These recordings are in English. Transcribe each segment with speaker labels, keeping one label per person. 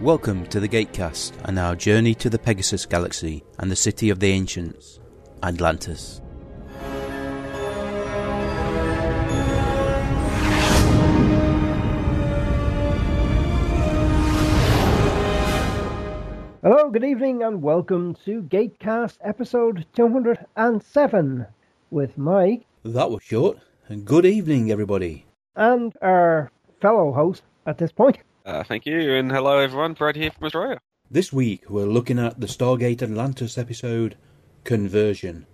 Speaker 1: Welcome to the Gatecast and our journey to the Pegasus Galaxy and the city of the ancients, Atlantis.
Speaker 2: Hello, good evening, and welcome to Gatecast episode 207 with Mike
Speaker 1: That was short. And good evening, everybody.
Speaker 2: and our fellow host at this point.
Speaker 3: Uh, thank you, and hello everyone. Brad here from Australia.
Speaker 1: This week we're looking at the Stargate Atlantis episode, Conversion.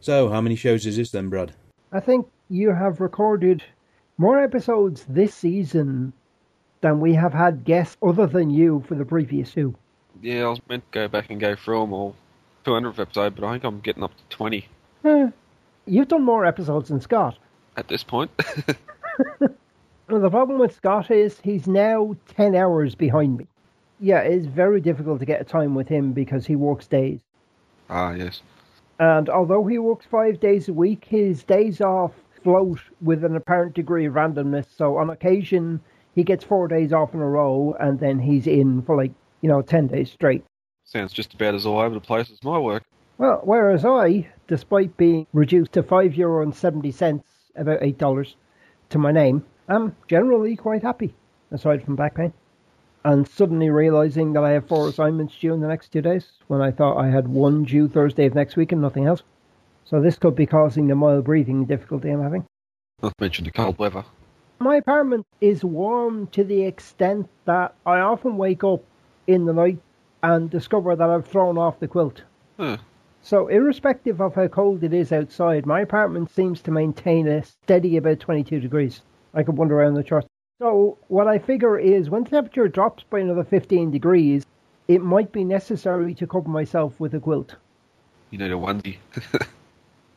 Speaker 1: So, how many shows is this then, Brad?
Speaker 2: I think you have recorded more episodes this season than we have had guests other than you for the previous two.
Speaker 3: Yeah, I was meant to go back and go through them all. 200th episode, but I think I'm getting up to 20
Speaker 2: Eh, you've done more episodes than Scott.
Speaker 3: at this point.
Speaker 2: Well, the problem with Scott is he's now 10 hours behind me. Yeah, it's very difficult to get a time with him because he works days.
Speaker 3: ah, yes.
Speaker 2: And although he works five days a week, his days off float with an apparent degree of randomness. So on occasion, he gets four days off in a row, and then he's in for like, you know, 10 days straight.
Speaker 3: Sounds just about as all over the place as my work.
Speaker 2: Well, whereas I, despite being reduced to five euro and 70 cents, about $8 to my name, am generally quite happy, aside from back pain. And suddenly realizing that I have four assignments due in the next two days, when I thought I had one due Thursday of next week and nothing else. So this could be causing the mild breathing difficulty I'm having.
Speaker 3: Not to mention the cold weather.
Speaker 2: My apartment is warm to the extent that I often wake up in the night and discover that I've thrown off the quilt.
Speaker 3: Huh.
Speaker 2: So, irrespective of how cold it is outside, my apartment seems to maintain a steady about 22 degrees. I could wander around the chart. So, what I figure is when the temperature drops by another 15 degrees, it might be necessary to cover myself with a quilt.
Speaker 3: You need a onesie.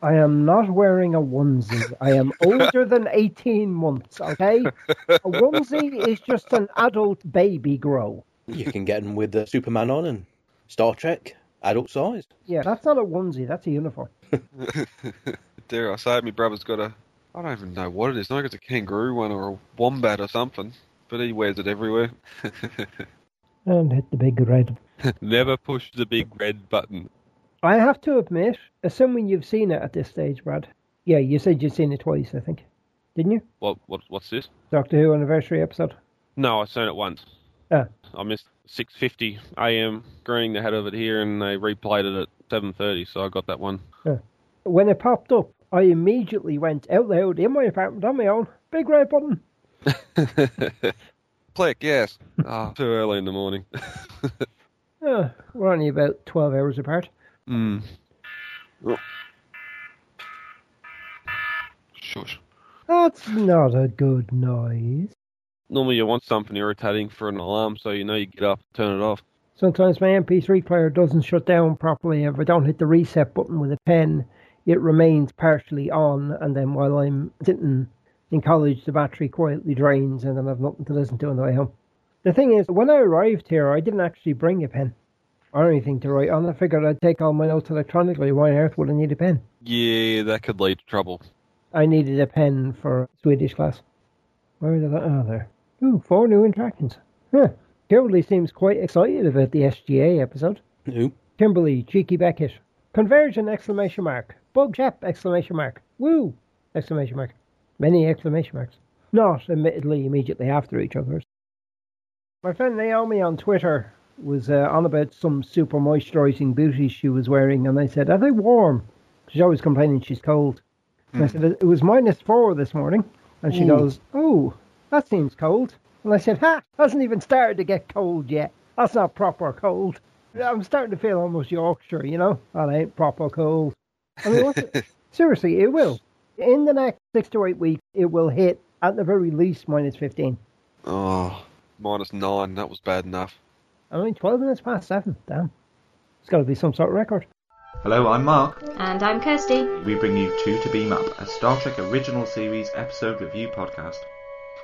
Speaker 2: I am not wearing a onesie. I am older than 18 months, okay? A onesie is just an adult baby grow.
Speaker 4: You can get them with uh, Superman on and Star Trek, adult size.
Speaker 2: Yeah, that's not a onesie, that's a uniform.
Speaker 3: Dare I say, my brother's got a. I don't even know what it is. I think it's a kangaroo one or a wombat or something, but he wears it everywhere.
Speaker 2: And hit the big red.
Speaker 3: Never push the big red button.
Speaker 2: I have to admit, assuming you've seen it at this stage, Brad. Yeah, you said you'd seen it twice, I think. Didn't you?
Speaker 5: What, what what's this?
Speaker 2: Doctor Who anniversary episode.
Speaker 5: No, I saw it once.
Speaker 2: Ah.
Speaker 5: I missed 6:50 a.m. Green. They had of it here, and they replayed it at 7:30. So I got that one.
Speaker 2: When it popped up, I immediately went out loud in my apartment on my own. Big red button.
Speaker 3: Click, yes. Ah, too early in the morning.
Speaker 2: Ah, we're only about 12 hours apart.
Speaker 3: Mm. Shush.
Speaker 2: That's not a good noise.
Speaker 5: Normally, you want something irritating for an alarm, so you know you get up, turn it off.
Speaker 2: Sometimes my MP3 player doesn't shut down properly. If I don't hit the reset button with a pen, it remains partially on, and then while I'm sitting in college, the battery quietly drains, and then I've nothing to listen to on the way home. The thing is, when I arrived here, I didn't actually bring a pen or anything to write on. I figured I'd take all my notes electronically. Why on earth would I need a pen?
Speaker 5: Yeah, that could lead to trouble.
Speaker 2: I needed a pen for Swedish class. Where did I? Oh, there. Ooh, four new interactions. Huh. Kimberly seems quite excited about the SGA episode.
Speaker 4: Who?
Speaker 2: Kimberly, cheeky Beckett. Conversion! Exclamation mark. Bug chap! Exclamation mark. Woo! Exclamation mark. Many exclamation marks. Not admittedly immediately after each other. My friend Naomi on Twitter was uh, on about some super moisturising booties she was wearing, and I said, "Are they warm?" She's always complaining she's cold. And I said, "It was minus four this morning," and she goes, "Oh, that seems cold." And I said, "Ha! Hasn't even started to get cold yet. That's not proper cold." I'm starting to feel almost Yorkshire, you know. That ain't proper cold. I mean, what's it? seriously, it will. In the next six to eight weeks, it will hit at the very least minus 15.
Speaker 3: Oh, minus nine. That was bad enough.
Speaker 2: I mean, 12 minutes past seven. Damn. It's got to be some sort of record.
Speaker 6: Hello, I'm Mark.
Speaker 7: And I'm Kirsty.
Speaker 6: We bring you Two to Beam Up, a Star Trek original series episode review podcast.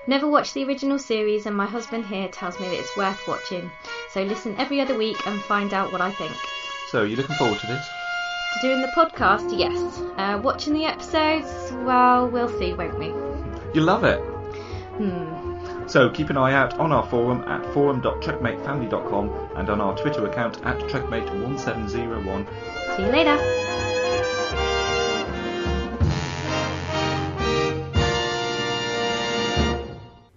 Speaker 7: Never watched the original series, and my husband here tells me that it's worth watching. So listen every other week and find out what I think. To
Speaker 6: So, you looking forward to this?
Speaker 7: doing the podcast, yes. Uh, watching the episodes, well, we'll see, won't we?
Speaker 6: You love it.
Speaker 7: Hmm.
Speaker 6: So keep an eye out on our forum at forum.trekmatefamily.com and on our Twitter account at trekmate1701
Speaker 7: See you later.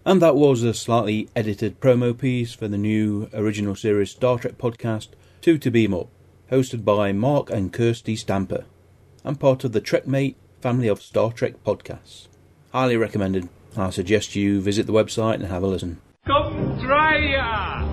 Speaker 1: And that was a slightly edited promo piece for the new original series Star Trek podcast, Two to Beam Up, hosted by Mark and Kirsty Stamper, and part of the Trekmate family of Star Trek podcasts. Highly recommended. I suggest you visit the website and have a listen.
Speaker 8: Come try ya!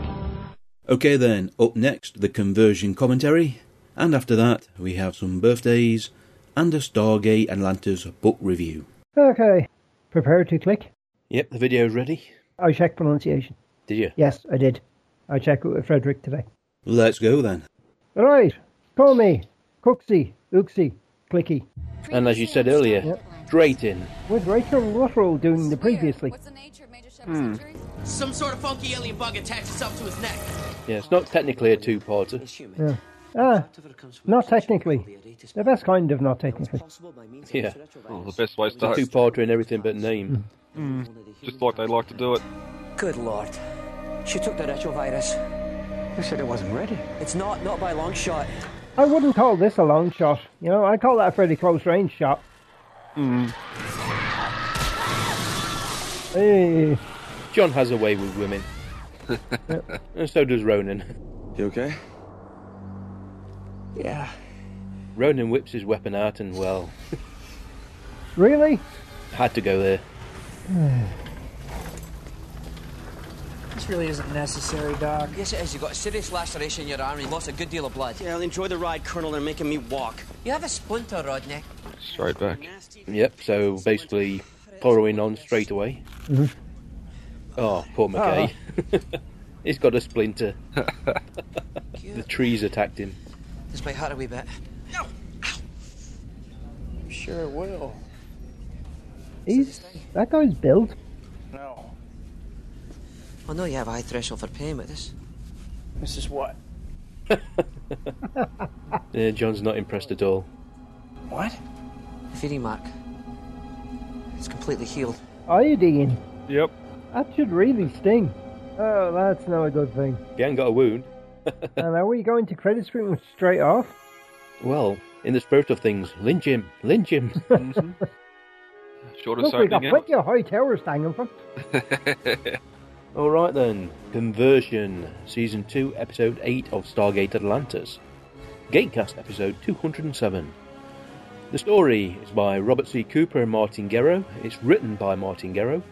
Speaker 1: Okay, then, up next, the conversion commentary, and after that, we have some birthdays and a Stargate Atlantis book review.
Speaker 2: Okay. Prepare to click.
Speaker 4: Yep, the video's ready.
Speaker 2: I checked pronunciation.
Speaker 4: Did you?
Speaker 2: Yes, I did. I checked it with Frederick today.
Speaker 1: Let's go then.
Speaker 2: All right. Call me. Cooksy. Ooksy. Clicky.
Speaker 4: And as you said earlier, straight in.
Speaker 2: With Rachel Luttrell doing the previously.
Speaker 9: What's the nature of Major Shepard's injuries?
Speaker 10: Some sort of funky alien bug attached itself to his neck.
Speaker 4: Yeah, it's not technically a two-parter.
Speaker 2: Yeah. Ah, not technically. The best kind of not technically.
Speaker 4: Yeah.
Speaker 5: Well, the best way to
Speaker 4: It's a
Speaker 5: start.
Speaker 4: two-parter in everything but name.
Speaker 2: Mm.
Speaker 5: Just like they like to do it.
Speaker 10: Good lord. She took the retrovirus. You said it wasn't ready. It's not, not by a long shot.
Speaker 2: I wouldn't call this a long shot. You know, I call that a fairly close range shot. Hey,
Speaker 4: John has a way with women. and so does Ronan.
Speaker 3: You okay?
Speaker 10: Yeah.
Speaker 4: Ronan whips his weapon out and, well,
Speaker 2: really?
Speaker 4: had to go there.
Speaker 10: This really isn't necessary, Doc. Yes, it is. You've got a serious laceration in your arm and lost a good deal of blood. Yeah, I'll enjoy the ride, Colonel. They're making me walk. You have a splinter, Rodney.
Speaker 5: Straight back.
Speaker 4: Yep, so basically borrowing on straight away. Oh, poor McKay. He's got a splinter. the trees attacked him.
Speaker 10: This may hurt a wee bit. No! Sure will.
Speaker 2: He's that guy's built.
Speaker 10: No. I know you have a high threshold for payment. This. This is what?
Speaker 4: Yeah, Uh, John's not impressed at all.
Speaker 10: What? The feeding mark. It's completely healed.
Speaker 2: Iodine.
Speaker 5: Yep.
Speaker 2: That should really sting. Oh, that's not a good thing.
Speaker 4: He ain't got a wound.
Speaker 2: and are we going to credit screen straight off?
Speaker 4: Well, in the spirit of things, lynch him, lynch him.
Speaker 5: Shortest
Speaker 2: Look, we got
Speaker 5: opening ever.
Speaker 2: plenty of high towers hanging from.
Speaker 4: all right then, Conversion, Season 2, Episode 8 of Stargate Atlantis. Gatecast Episode 207. The story is by Robert C. Cooper and Martin Guerrero. It's written by Martin Guerrero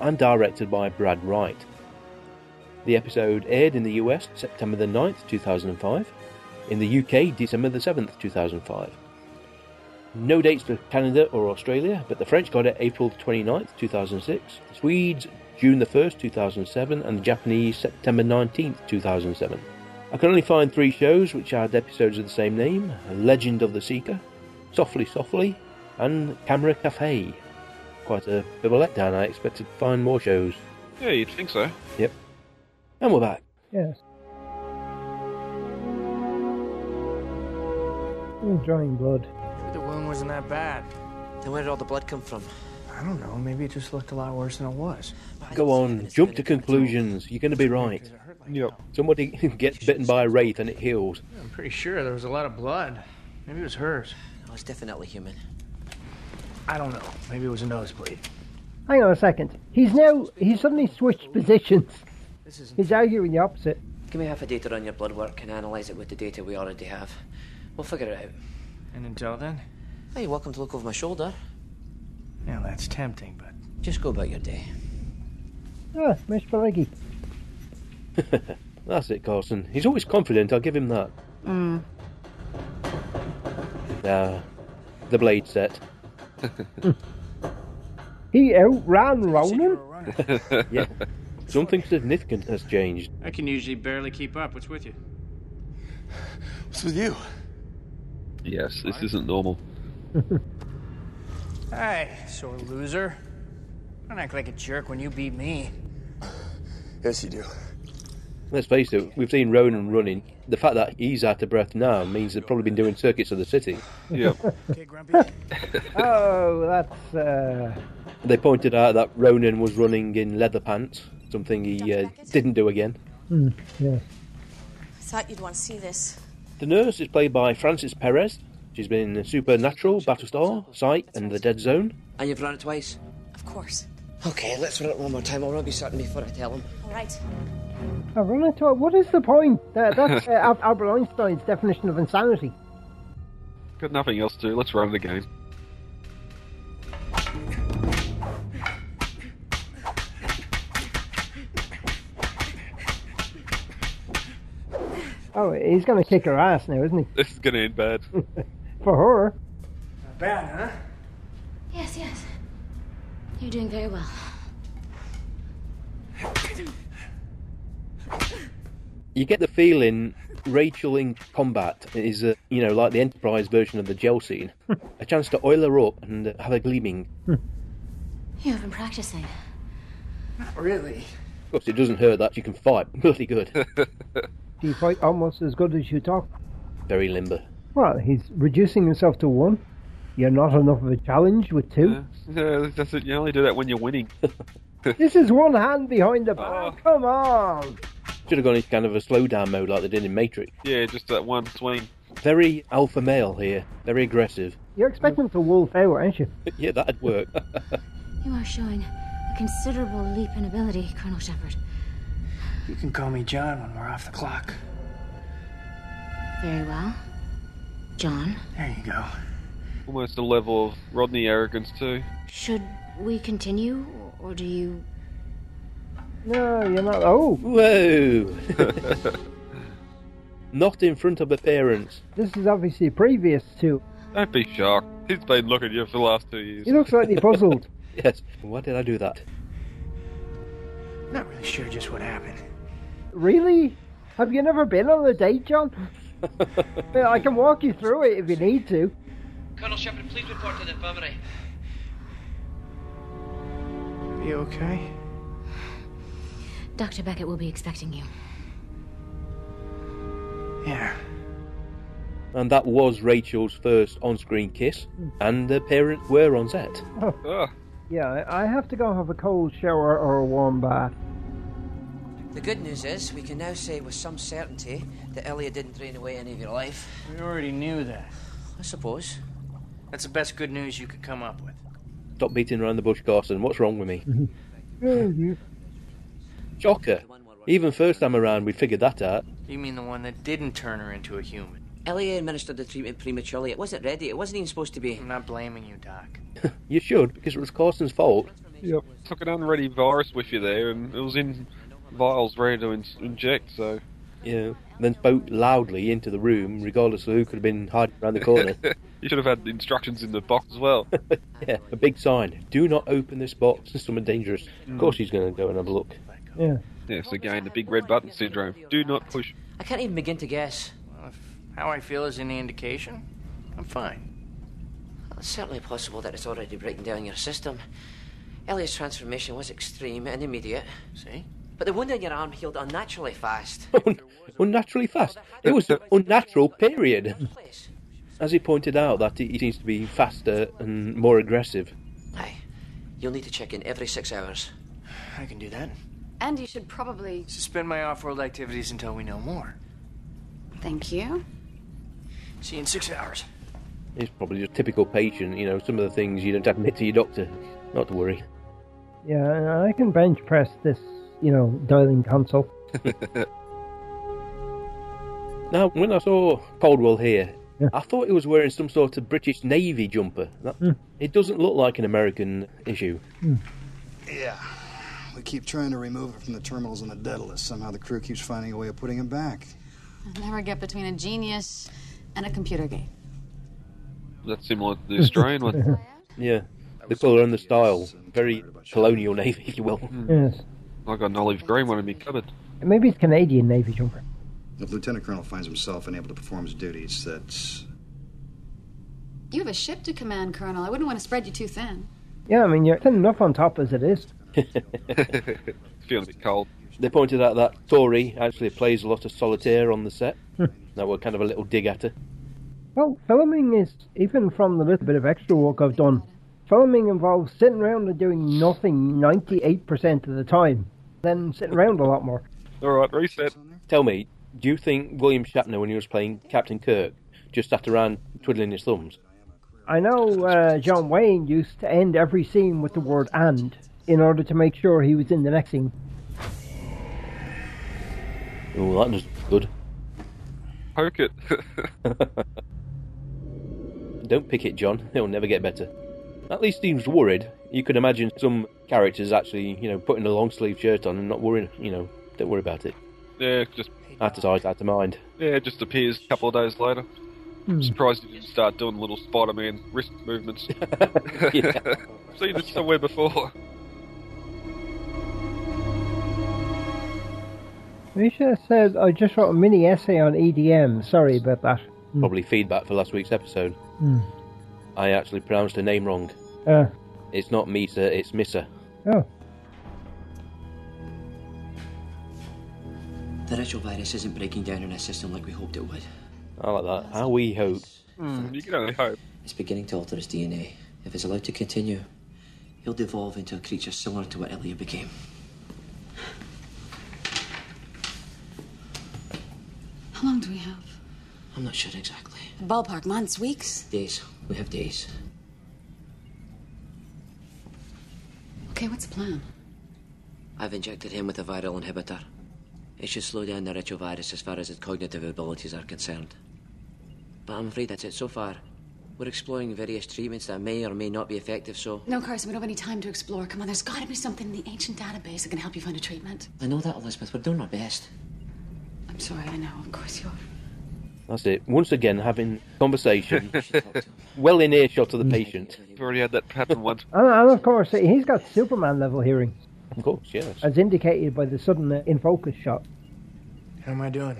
Speaker 4: and directed by Brad Wright. The episode aired in the US September the 9th, 2005. In the UK, December the 7th, 2005. No dates for Canada or Australia, but the French got it April 29th, 2006, the Swedes June the 1st, 2007, and the Japanese September 19th, 2007. I can only find three shows which had episodes of the same name Legend of the Seeker, Softly Softly, and Camera Cafe. Quite a bit of a letdown, I expected to find more shows.
Speaker 5: Yeah, you'd think so.
Speaker 4: Yep. And we're back.
Speaker 2: Yes. I'm drawing blood.
Speaker 11: The wound wasn't that bad.
Speaker 10: Then where did all the blood come from?
Speaker 11: I don't know. Maybe it just looked a lot worse than it was.
Speaker 4: Go on, jump to conclusions. You're going to be right.
Speaker 11: Because it hurt like hell.
Speaker 4: Somebody gets bitten by a wraith and it heals.
Speaker 11: I'm pretty sure there was a lot of blood. Maybe it was hers.
Speaker 10: No, Oh, it's definitely human.
Speaker 11: I don't know. Maybe it was a nosebleed.
Speaker 2: Hang on a second. He's now he's suddenly switched positions.
Speaker 11: This isn't.
Speaker 2: He's arguing the opposite.
Speaker 9: Give me half a data on your blood work and analyze it with the data we already have. We'll figure it out.
Speaker 11: And until then,
Speaker 9: Hey, you're welcome to look over my shoulder.
Speaker 11: now that's tempting, but
Speaker 9: Just go about your day.
Speaker 2: Ah, Miss Pelleggi.
Speaker 4: That's it, Carson. He's always confident, I'll give him that. Ah, the blade set.
Speaker 2: He outran
Speaker 11: I said you were
Speaker 2: Ronan.
Speaker 11: a runner.
Speaker 4: Yeah. Something significant has changed.
Speaker 11: I can usually barely keep up. What's with you?
Speaker 3: What's with you?
Speaker 5: Yes, this isn't normal.
Speaker 11: Hey, sore loser. Don't act like a jerk when you beat me.
Speaker 3: Yes, you do.
Speaker 4: Let's face it, we've seen Ronan running. The fact that he's out of breath now means they've probably been doing circuits of the city.
Speaker 5: Yep.
Speaker 11: Okay, Grumpy.
Speaker 2: Oh, that's uh,
Speaker 4: They pointed out that Ronan was running in leather pants, something he uh, didn't do again.
Speaker 2: Hmm, yeah.
Speaker 12: I thought you'd want to see this.
Speaker 4: The nurse is played by Frances Perez. She's been in Supernatural, Battlestar, Sight, and The Dead Zone.
Speaker 9: And you've run it twice?
Speaker 12: Of course.
Speaker 9: Okay, let's run it one more time. I'll rub you something before I tell him.
Speaker 12: All right.
Speaker 2: I run into it. oh, What is the point? That, that's uh, Al- Albert Einstein's definition of insanity.
Speaker 5: Got nothing else to do. Let's run it again.
Speaker 2: Oh, he's going to kick her ass now, isn't he?
Speaker 5: This is going to end bad.
Speaker 2: For her.
Speaker 11: Bad, huh?
Speaker 12: Yes, yes. You're doing very well.
Speaker 4: You get the feeling Rachel in combat is, uh, you know, like the Enterprise version of the jail scene. a chance to oil her up and uh, have a gleaming.
Speaker 12: You have been practicing.
Speaker 11: Not really.
Speaker 4: Of course, it doesn't hurt that you can fight bloody good.
Speaker 2: He fight almost as good as you talk.
Speaker 4: Very limber.
Speaker 2: Well, he's reducing himself to one. You're not enough of a challenge with two.
Speaker 5: Yeah, that's it. You only do that when you're winning.
Speaker 2: This is one hand behind the back.
Speaker 11: Oh.
Speaker 2: Come on.
Speaker 4: Should have gone into kind of a slowdown mode like they did in Matrix.
Speaker 5: yeah, just that one swing.
Speaker 4: Very alpha male here. Very aggressive.
Speaker 2: You're expecting to wolf out, aren't you?
Speaker 4: yeah, that'd work.
Speaker 12: You are showing a considerable leap in ability, Colonel Shepard.
Speaker 11: You can call me John when we're off the clock.
Speaker 12: Very well. John?
Speaker 11: There you go.
Speaker 5: Almost a level of Rodney arrogance too.
Speaker 12: Should we continue, or do you.
Speaker 2: No, you're not. Oh!
Speaker 4: Whoa! Not in front of the parents.
Speaker 2: This is obviously previous to.
Speaker 5: Don't be shocked. He's been looking at you for the last two years.
Speaker 2: He looks slightly puzzled.
Speaker 4: Yes. Why did I do that?
Speaker 11: Not really sure just what happened.
Speaker 2: Really? Have you never been on a date, John? Yeah, I can walk you through it if you need to.
Speaker 10: Colonel Shepard, please report to the infirmary.
Speaker 11: You okay?
Speaker 12: Dr. Beckett will be expecting you.
Speaker 11: Yeah.
Speaker 4: And that was Rachel's first on screen kiss, and the parents were on set.
Speaker 2: Yeah, I- I have to go have a cold shower or a warm bath.
Speaker 9: The good news is we can now say with some certainty that Elliot didn't drain away any of your life.
Speaker 11: We already knew that.
Speaker 9: I suppose.
Speaker 11: That's the best good news you could come up with.
Speaker 4: Stop beating around the bush, Carson. What's wrong with me?
Speaker 2: you.
Speaker 4: Shocker. Even first time around, we figured that out.
Speaker 11: You mean the one that didn't turn her into a human?
Speaker 9: Elliot administered the treatment prematurely. It wasn't ready. It wasn't even supposed to be. I'm
Speaker 11: not blaming you, Doc.
Speaker 4: You should, because it was Carson's fault.
Speaker 2: Yep.
Speaker 5: Took an unready virus with you there, and it was in vials ready to in- inject. So
Speaker 4: Yeah. Then spoke loudly into the room, regardless of who could have been hiding around the corner.
Speaker 5: you should have had the instructions in the box as well.
Speaker 4: yeah, a big sign. Do not open this box. There's someone dangerous. Of course, he's going to go and have a look.
Speaker 2: Yeah.
Speaker 5: Yes, again, the big red button syndrome. Do not push.
Speaker 9: I can't even begin to guess.
Speaker 11: Well, if how I feel is any indication, I'm fine.
Speaker 9: Well, it's certainly possible that it's already breaking down your system. Elliot's transformation was extreme and immediate.
Speaker 11: See?
Speaker 9: But the wound on your arm healed unnaturally fast.
Speaker 4: unnaturally fast. It was an unnatural period. As he pointed out, that he seems to be faster and more aggressive.
Speaker 9: You'll need to check in every six hours.
Speaker 11: I can do that.
Speaker 13: And you should probably.
Speaker 11: Suspend my off world activities until we know more.
Speaker 13: Thank you.
Speaker 11: See you in six hours.
Speaker 4: He's probably just typical patient, you know, some of the things you don't admit to your doctor. Not to worry.
Speaker 2: Yeah, I can bench press this, you know, dialing console.
Speaker 4: Now, when I saw Caldwell here, I thought he was wearing some sort of British Navy jumper. That, It doesn't look like an American issue.
Speaker 14: Yeah. We keep trying to remove it from the terminals on the Daedalus. Somehow the crew keeps finding a way of putting it back.
Speaker 13: I'll never get between a genius and a computer game.
Speaker 5: That's similar to the Australian one.
Speaker 4: Yeah. The colour and the style. Very colonial navy, if you will.
Speaker 11: Hmm.
Speaker 2: Yes.
Speaker 5: I got an olive green one in my cupboard.
Speaker 2: Maybe it's Canadian Navy jumper.
Speaker 14: If Lieutenant Colonel finds himself unable to perform his duties, that's.
Speaker 13: You have a ship to command, Colonel. I wouldn't want to spread you too thin.
Speaker 2: Yeah, I mean, you're thin enough on top as it is.
Speaker 5: Feeling a bit cold.
Speaker 4: They pointed out that Tori actually plays a lot of solitaire on the set. that were kind of a little dig at her.
Speaker 2: Well, filming is, even from the little bit of extra work I've done, Filming involves sitting around and doing nothing 98% of the time, then sitting around a lot more.
Speaker 4: All right, reset. Tell me, do you think William Shatner, when he was playing Captain Kirk, just sat around twiddling his thumbs?
Speaker 2: I know uh, John Wayne used to end every scene with the word and in order to make sure he was in the next scene.
Speaker 4: Oh, that doesn't look good.
Speaker 5: Poke it.
Speaker 4: Don't pick it, John. It'll never get better. At least Steve's worried. You can imagine some characters actually, you know, putting a long sleeve shirt on and not worrying. You know, don't worry about it.
Speaker 5: Yeah, just
Speaker 4: That's eyes, out of mind.
Speaker 5: yeah, it just appears a couple of days later. Surprised he didn't start doing little Spider-Man wrist movements. Seen it somewhere before.
Speaker 2: You should have said, I just wrote a mini essay on EDM. Sorry about that.
Speaker 1: Hmm.
Speaker 4: Probably feedback for last week's episode.
Speaker 2: Hmm.
Speaker 4: I actually pronounced her name wrong.
Speaker 2: Uh,
Speaker 4: It's not Misa, it's Missa.
Speaker 2: oh.
Speaker 9: The ritual virus isn't breaking down in our system like we hoped it would.
Speaker 4: I like that. How we hope.
Speaker 5: you can only hope.
Speaker 9: It's beginning to alter his DNA. If it's allowed to continue, he'll devolve into a creature similar to what Elliot became.
Speaker 13: How long do we have?
Speaker 9: I'm not sure exactly.
Speaker 13: Ballpark, months, weeks?
Speaker 9: Days. We have days.
Speaker 13: Okay, what's the plan?
Speaker 9: I've injected him with a viral inhibitor. It should slow down the ritual virus as far as its cognitive abilities are concerned. But I'm afraid that's it so far. We're exploring various treatments that may or may not be effective, so.
Speaker 13: No, Carson, we don't have any time to explore. Come on, there's gotta be something in the ancient database that can help you find a treatment.
Speaker 9: I know that, Elizabeth. We're doing our best.
Speaker 13: I'm sorry, I know, of course you are.
Speaker 4: That's it. Once again, having conversation well in earshot
Speaker 1: Hmm.
Speaker 4: of the patient.
Speaker 5: We've already had that happen once.
Speaker 2: And, and of course, he's got Superman level hearing,
Speaker 4: Of course, yes.
Speaker 2: as indicated by the sudden uh, in focus shot.
Speaker 11: How am I doing?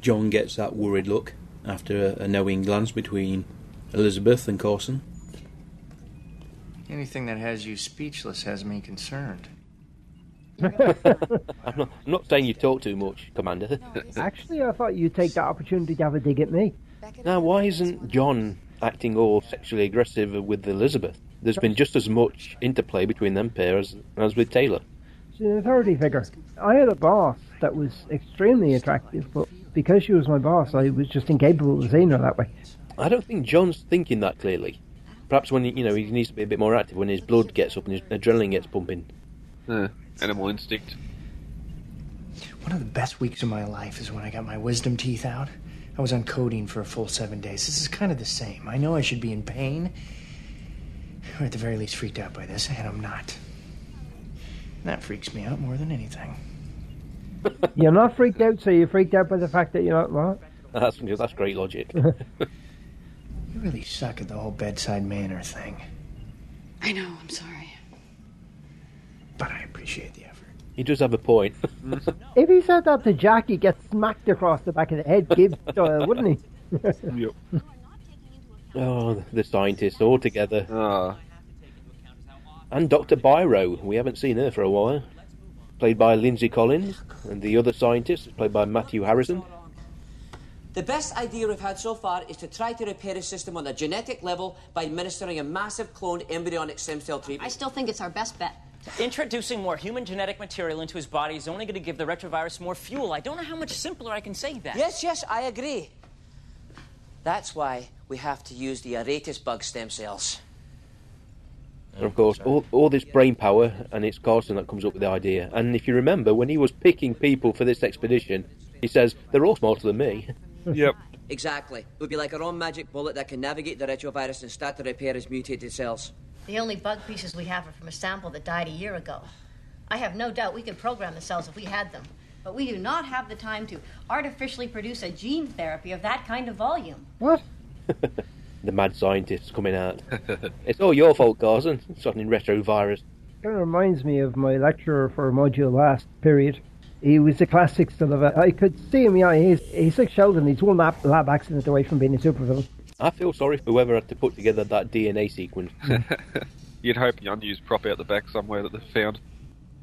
Speaker 1: John gets that worried look after a, a knowing glance between Elizabeth and Corson.
Speaker 11: Anything that has you speechless has me concerned.
Speaker 4: I'm not, I'm not saying you talk too much, Commander.
Speaker 9: Oh,
Speaker 2: Actually, I thought you'd take that opportunity to have a dig at me.
Speaker 4: now, why isn't John acting all sexually aggressive with Elizabeth? There's been just as much interplay between them pair as, as with Taylor.
Speaker 2: She's an authority figure. I had a boss that was extremely attractive, but because she was my boss, I was just incapable of seeing her that way.
Speaker 4: I don't think John's thinking that clearly. Perhaps when he, you know he needs to be a bit more active when his blood gets up and his adrenaline gets pumping.
Speaker 5: Yeah, animal instinct.
Speaker 11: One of the best weeks of my life is when I got my wisdom teeth out. I was on codeine for a full seven days. This is kind of the same. I know I should be in pain, or at the very least freaked out by this, and I'm not. That freaks me out more than anything.
Speaker 2: You're not freaked out, so you're freaked out by the fact that you're not what?
Speaker 4: That's that's great logic.
Speaker 11: You really suck at the whole bedside manner thing,
Speaker 13: I know, I'm sorry.
Speaker 11: but I appreciate the effort.
Speaker 4: he does have a point.
Speaker 2: If he said that to Jack, he'd get smacked across the back of the head, Gibbs style, wouldn't he?
Speaker 4: oh, the scientists all together,
Speaker 5: Ah,
Speaker 4: and Doctor Byro. We haven't seen her for a while. Played by Lindsay Collins, and the other scientist is played by Matthew Harrison.
Speaker 9: The best idea we've had so far is to try to repair his system on a genetic level by administering a massive cloned embryonic stem cell
Speaker 15: I
Speaker 9: treatment.
Speaker 15: still think it's our best bet.
Speaker 16: Introducing more human genetic material into his body is only going to give the retrovirus more fuel. I don't know how much simpler I can say that.
Speaker 9: Yes, yes, I agree. That's why we have to use the Aretes bug stem cells.
Speaker 4: And of course, all, all this brain power, and it's Carson that comes up with the idea. And if you remember, when he was picking people for this expedition, he says, They're all smarter than me.
Speaker 5: Yep.
Speaker 9: Exactly. It would be like our own magic bullet that can navigate the retrovirus and start to repair his mutated cells.
Speaker 15: The only bug pieces we have are from a sample that died a year ago. I have no doubt we could program the cells if we had them, but we do not have the time to artificially produce a gene therapy of that kind of volume.
Speaker 2: What?
Speaker 4: The mad scientist's coming out. it's all your fault, Carson. Suddenly retrovirus.
Speaker 2: Kind of reminds me of my lecturer for module last period. He was a classic son of a. I could see him. Yeah, he's he's like Sheldon. He's one lab, lab accident away from being a supervillain.
Speaker 4: I feel sorry for whoever had to put together that DNA sequence.
Speaker 5: You'd hope the unused prop out the back somewhere that they found.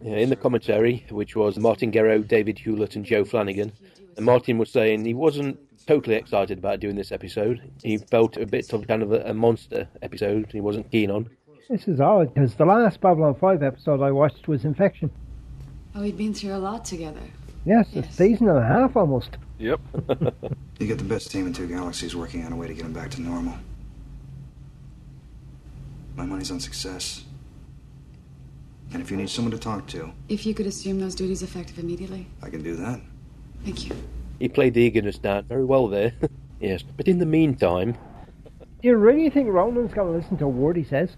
Speaker 4: Yeah, Uh, in the commentary, which was Martin Guerrero, David Hewlett, and Joe Flanagan, and Martin was saying he wasn't totally excited about doing this episode. He felt a bit of kind of a, a monster episode he wasn't keen on.
Speaker 2: This is odd because the last Babylon 5 episode I watched was Infection.
Speaker 13: Oh, we've been through a lot together.
Speaker 2: Yes, a season and a half almost.
Speaker 3: Yep.
Speaker 14: you got the best team in two galaxies working on a way to get him back to normal. My money's on success. And if you need someone to talk to,
Speaker 13: If you could assume those duties effective immediately.
Speaker 14: I can do that.
Speaker 13: Thank you.
Speaker 4: He played the eagerness down very well there. yes, but in the meantime,
Speaker 2: Do you really think Ronan's going to listen to a word he says?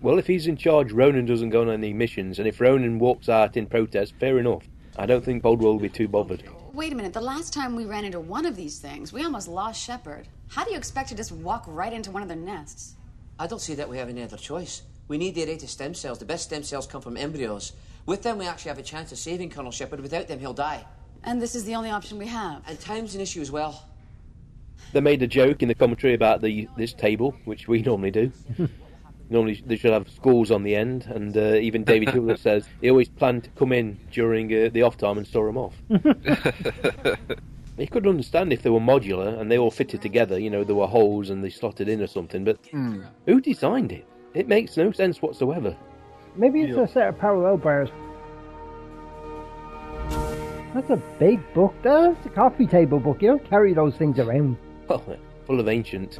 Speaker 4: well, if he's in charge, Ronan doesn't go on any missions, and if Ronan walks out in protest, fair enough. I don't think Boldwell will be too bothered.
Speaker 13: Wait a minute. The last time we ran into one of these things, we almost lost Shepard. How do you expect to just walk right into one of their nests?
Speaker 9: I don't see that we have any other choice. We need the array of stem cells. The best stem cells come from embryos. With them, we actually have a chance of saving Colonel Shepard. Without them, he'll die.
Speaker 13: And this is the only option we have.
Speaker 9: And time's an issue as well.
Speaker 4: They made a joke in the commentary about the this table, which we normally do. normally, they should have schools on the end, and uh, even David Hewlett says he always planned to come in during uh, the off time and store them off. You could understand if they were modular and they all fitted together, you know, there were holes and they slotted in or something, but who designed it? It makes no sense whatsoever.
Speaker 2: Maybe it's
Speaker 4: Yeah.
Speaker 2: a set of parallel bars. That's a big book. That's a coffee table book. You don't carry those things around.
Speaker 4: Well, full of ancient,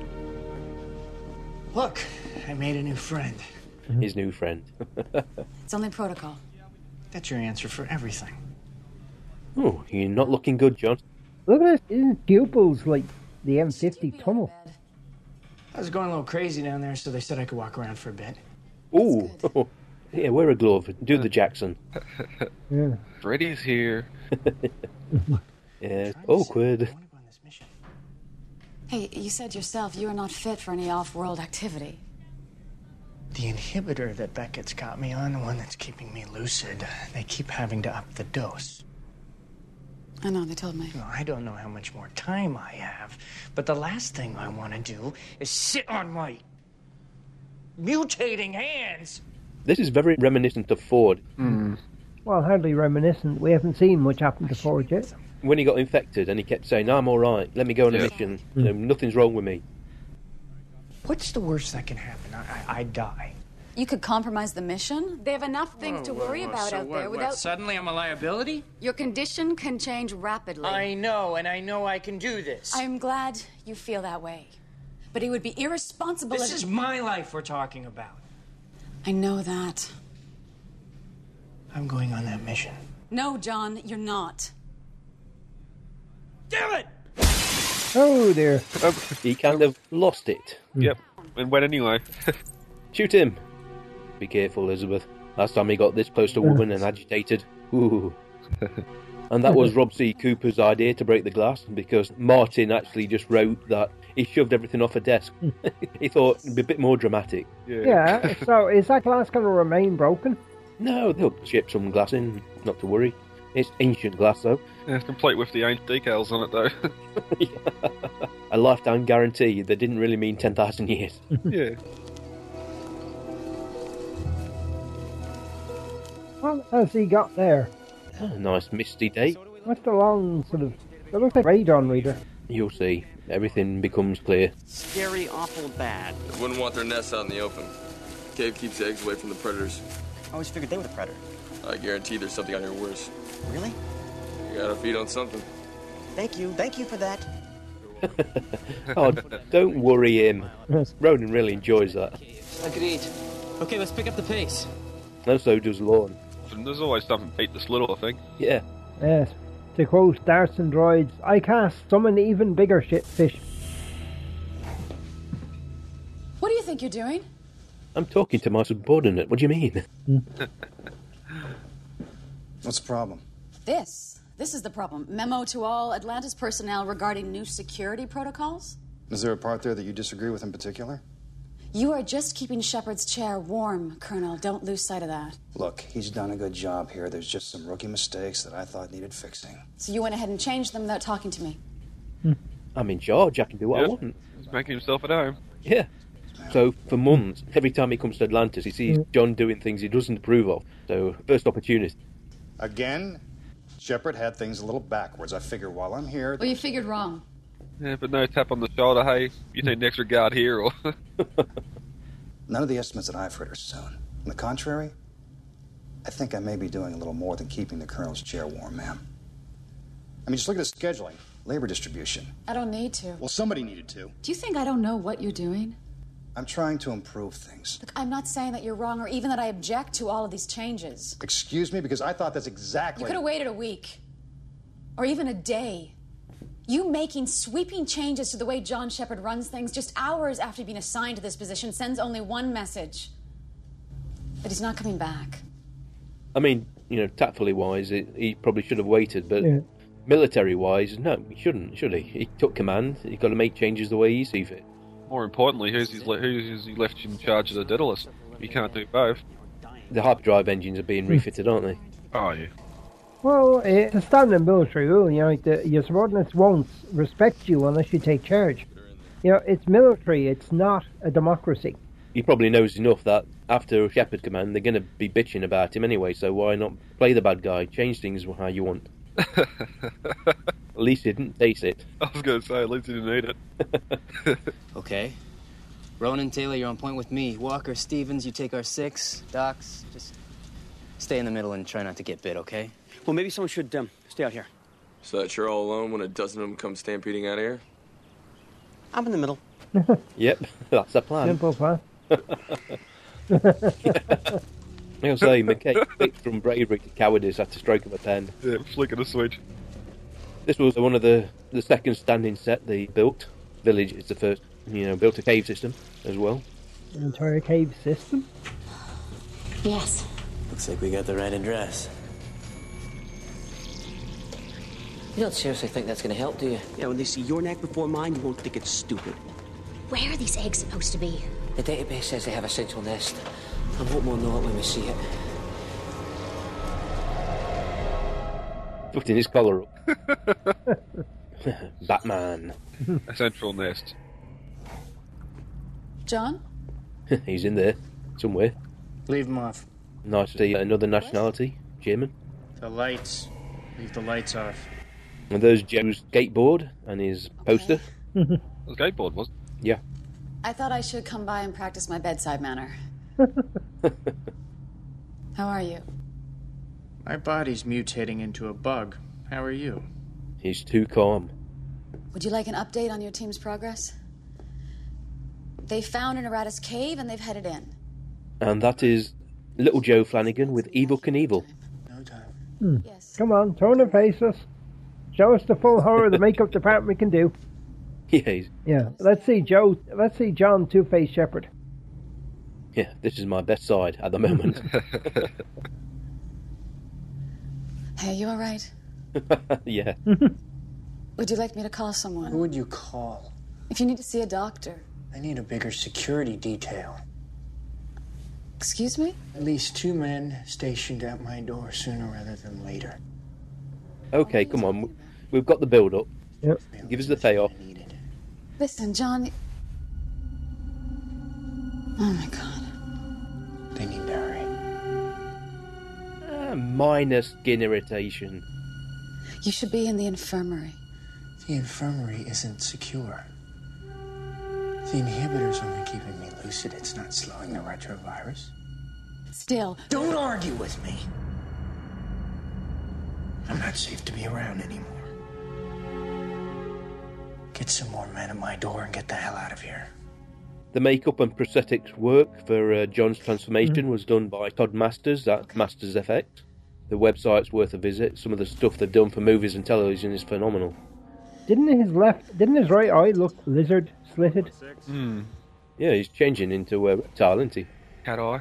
Speaker 11: Look, I made a new friend.
Speaker 4: his new friend.
Speaker 13: It's only protocol.
Speaker 11: That's your answer for everything.
Speaker 4: oh, you're not looking good, John.
Speaker 2: Look at this. His pupils like the M50 tunnel.
Speaker 11: I was going a little crazy down there, so they said I could walk around for a bit.
Speaker 4: Ooh, Oh. yeah, wear a glove. Do the Jackson.
Speaker 2: Yeah.
Speaker 3: Freddy's here.
Speaker 4: yeah, awkward.
Speaker 13: Hey, you said yourself you are not fit for any off world activity.
Speaker 11: The inhibitor that Beckett's got me on, the one that's keeping me lucid, they keep having to up the dose.
Speaker 13: I know, they told me.
Speaker 11: Well, I don't know how much more time I have, but the last thing I want to do is sit on my mutating hands.
Speaker 4: This is very reminiscent of Ford.
Speaker 2: Well, hardly reminiscent. We haven't seen much happen to Forge yet.
Speaker 4: When he got infected and he kept saying, I'm alright, let me go on a mission. You know, nothing's wrong with me.
Speaker 11: What's the worst that can happen? I, I, I die.
Speaker 13: You could compromise the mission? They have enough things
Speaker 11: Oh,
Speaker 13: to worry about out there without.
Speaker 11: suddenly I'm a liability?
Speaker 13: Your condition can change rapidly.
Speaker 11: I know, and I know I can do this.
Speaker 13: I'm glad you feel that way. But it would be irresponsible
Speaker 11: This
Speaker 13: if-
Speaker 11: is my life we're talking about.
Speaker 13: I know that.
Speaker 11: I'm going on that mission.
Speaker 13: No, John, you're not.
Speaker 2: Oh dear.
Speaker 4: he kind of lost it.
Speaker 3: Yep. And went anyway.
Speaker 4: Shoot him. Be careful, Elizabeth. Last time he got this close to a woman and agitated. Ooh. and that was Rob C. Cooper's idea to break the glass because Martin actually just wrote that he shoved everything off a desk. he thought it'd be a bit more dramatic.
Speaker 2: Yeah. so is that glass going to remain broken?
Speaker 4: No, they'll chip some glass in, not to worry. It's ancient glass, though.
Speaker 3: Yeah, it's complete with the ancient decals on it, though.
Speaker 4: A lifetime guarantee. They didn't really mean 10,000 years.
Speaker 3: yeah.
Speaker 2: What has he got there?
Speaker 4: A Ah, nice misty day.
Speaker 2: What's the long sort of? It looks like radon reader.
Speaker 4: You'll see. Everything becomes clear.
Speaker 17: Scary, awful bad.
Speaker 18: They wouldn't want their nests out in the open. Cave keeps the eggs away from the predators.
Speaker 17: I always figured they were the predator.
Speaker 18: I guarantee there's something out here worse.
Speaker 17: Really?
Speaker 18: You gotta feed on something.
Speaker 17: Thank you. Thank you for that.
Speaker 4: Oh, don't worry him. Ronan really enjoys that.
Speaker 17: Agreed. Okay, let's pick up the pace.
Speaker 4: And so does Lorne.
Speaker 3: And there's always something beat this little, I think.
Speaker 4: Yeah.
Speaker 2: Yes. To quote Darts and Droids, I cast summon even bigger shit fish.
Speaker 13: What do you think you're doing?
Speaker 4: I'm talking to my subordinate. What do you mean?
Speaker 14: What's the problem?
Speaker 13: This. This is the problem. Memo to all Atlantis personnel regarding new security protocols.
Speaker 14: Is there a part there that you disagree with in particular?
Speaker 13: You are just keeping Shepard's chair warm, Colonel. Don't lose sight of that.
Speaker 14: Look, he's done a good job here. There's just some rookie mistakes that I thought needed fixing.
Speaker 13: So you went ahead and changed them without talking to me.
Speaker 4: I'm in charge. I can do what I want.
Speaker 3: He's making himself at home.
Speaker 4: Yeah. So for months, every time he comes to Atlantis, he sees John doing things he doesn't approve of. So first opportunity.
Speaker 14: Again, Shepard had things a little backwards. I figure while I'm here,
Speaker 13: Well, you figured wrong.
Speaker 3: Yeah, but no tap on the shoulder. Hey, you need an extra guard here, or
Speaker 14: None of the estimates that I've heard are soon. On the contrary, I think I may be doing a little more than keeping the colonel's chair warm, ma'am. I mean, just look at his scheduling, labor distribution.
Speaker 13: I don't need to.
Speaker 14: Well, somebody needed to.
Speaker 13: Do you think I don't know what you're doing?
Speaker 14: I'm trying to improve things.
Speaker 13: Look, I'm not saying that you're wrong or even that I object to all of these changes.
Speaker 14: Excuse me, because I thought that's exactly.
Speaker 13: You could have waited a week or even a day. You making sweeping changes to the way John Shepard runs things just hours after being assigned to this position sends only one message that he's not coming back.
Speaker 4: I mean, you know, tactfully wise, it, he probably should have waited, but
Speaker 2: Yeah.
Speaker 4: military wise, no, he shouldn't, should he? He took command. He's got to make changes the way he sees fit.
Speaker 3: more importantly, who's his, le- who's he left in charge of the Daedalus? You can't do both.
Speaker 4: The hyperdrive engines are being refitted, aren't they?
Speaker 3: Oh yeah.
Speaker 2: Well, eh, it's a standard military rule, you know, that your subordinates won't respect you unless you take charge. You know, it's military, it's not a democracy.
Speaker 4: He probably knows enough that after Shepherd command, they're going to be bitching about him anyway. So why not play the bad guy? Change things how you want. At least he didn't taste it.
Speaker 3: I was going to say, at least he didn't eat it.
Speaker 19: okay. Ronan, Taylor, you're on point with me. Walker, Stevens, you take our six. Docs, just stay in the middle and try not to get bit, okay?
Speaker 17: Well, maybe someone should um, stay out here.
Speaker 18: So that you're all alone when a dozen of them come stampeding out of here?
Speaker 17: I'm in the middle.
Speaker 4: Yep, that's the plan.
Speaker 2: Simple plan.
Speaker 4: I'll say, McKay flicked from bravery to cowardice at the stroke of a pen.
Speaker 3: yeah, flick of the switch.
Speaker 4: This was one of the the second standing set they built. Village is the first, you know, built a cave system as well.
Speaker 2: An entire cave system?
Speaker 19: Yes. Looks like we got the right address.
Speaker 9: You don't seriously think that's going to help, do you?
Speaker 17: Yeah, when they see your neck before mine, you won't think it's stupid.
Speaker 12: Where are these eggs supposed to be?
Speaker 9: The database says they have a central nest. I'm hoping we'll know it when we see it.
Speaker 4: Putting his collar up. Batman.
Speaker 3: A central nest.
Speaker 13: John?
Speaker 4: He's in there somewhere.
Speaker 11: Leave them off.
Speaker 4: Nice to see another nationality, German.
Speaker 11: The lights. Leave the lights off.
Speaker 4: And there's Joe's skateboard and his poster.
Speaker 3: The skateboard was.
Speaker 4: Yeah.
Speaker 13: I thought I should come by and practice my bedside manner. How are you?
Speaker 11: My body's mutating into a bug. How are you?
Speaker 4: He's too calm.
Speaker 13: Would you like an update on your team's progress? They found an erratus cave and they've headed in.
Speaker 4: And that is Little Joe Flanagan with Evil Knievel.
Speaker 2: Hmm.
Speaker 12: Mm.
Speaker 2: Come on, turn and face us. Show us the full horror the makeup department can do.
Speaker 4: Yeah, he's,
Speaker 2: Yeah, let's see Joe. Let's see John Two Face Shepherd.
Speaker 4: yeah, this is my best side at the moment.
Speaker 13: Hey, you all right?
Speaker 4: yeah.
Speaker 13: Would you like me to call someone?
Speaker 11: Who would you call?
Speaker 13: If you need to see a doctor.
Speaker 11: I need a bigger security detail.
Speaker 13: Excuse me?
Speaker 11: At least two men stationed at my door sooner rather than later.
Speaker 4: Okay, come on. We've got the build up.
Speaker 2: Yep.
Speaker 4: Give us the payoff.
Speaker 13: Listen, John. Oh my god.
Speaker 11: They need to hurry.
Speaker 4: Ah, minor skin irritation.
Speaker 13: You should be in the infirmary.
Speaker 11: The infirmary isn't secure. The inhibitor's only keeping me lucid. It's not slowing the retrovirus.
Speaker 13: Still.
Speaker 11: Don't argue with me. I'm not safe to be around anymore. Get some more men at my door and get the hell out of here.
Speaker 4: The makeup and prosthetics work for uh, John's transformation was done by Todd Masters at Masters FX. The website's worth a visit. Some of the stuff they've done for movies and television is phenomenal.
Speaker 2: Didn't his left? Didn't his right eye look lizard slitted?
Speaker 4: Yeah, he's changing into a reptile, isn't he?
Speaker 3: Cat eye.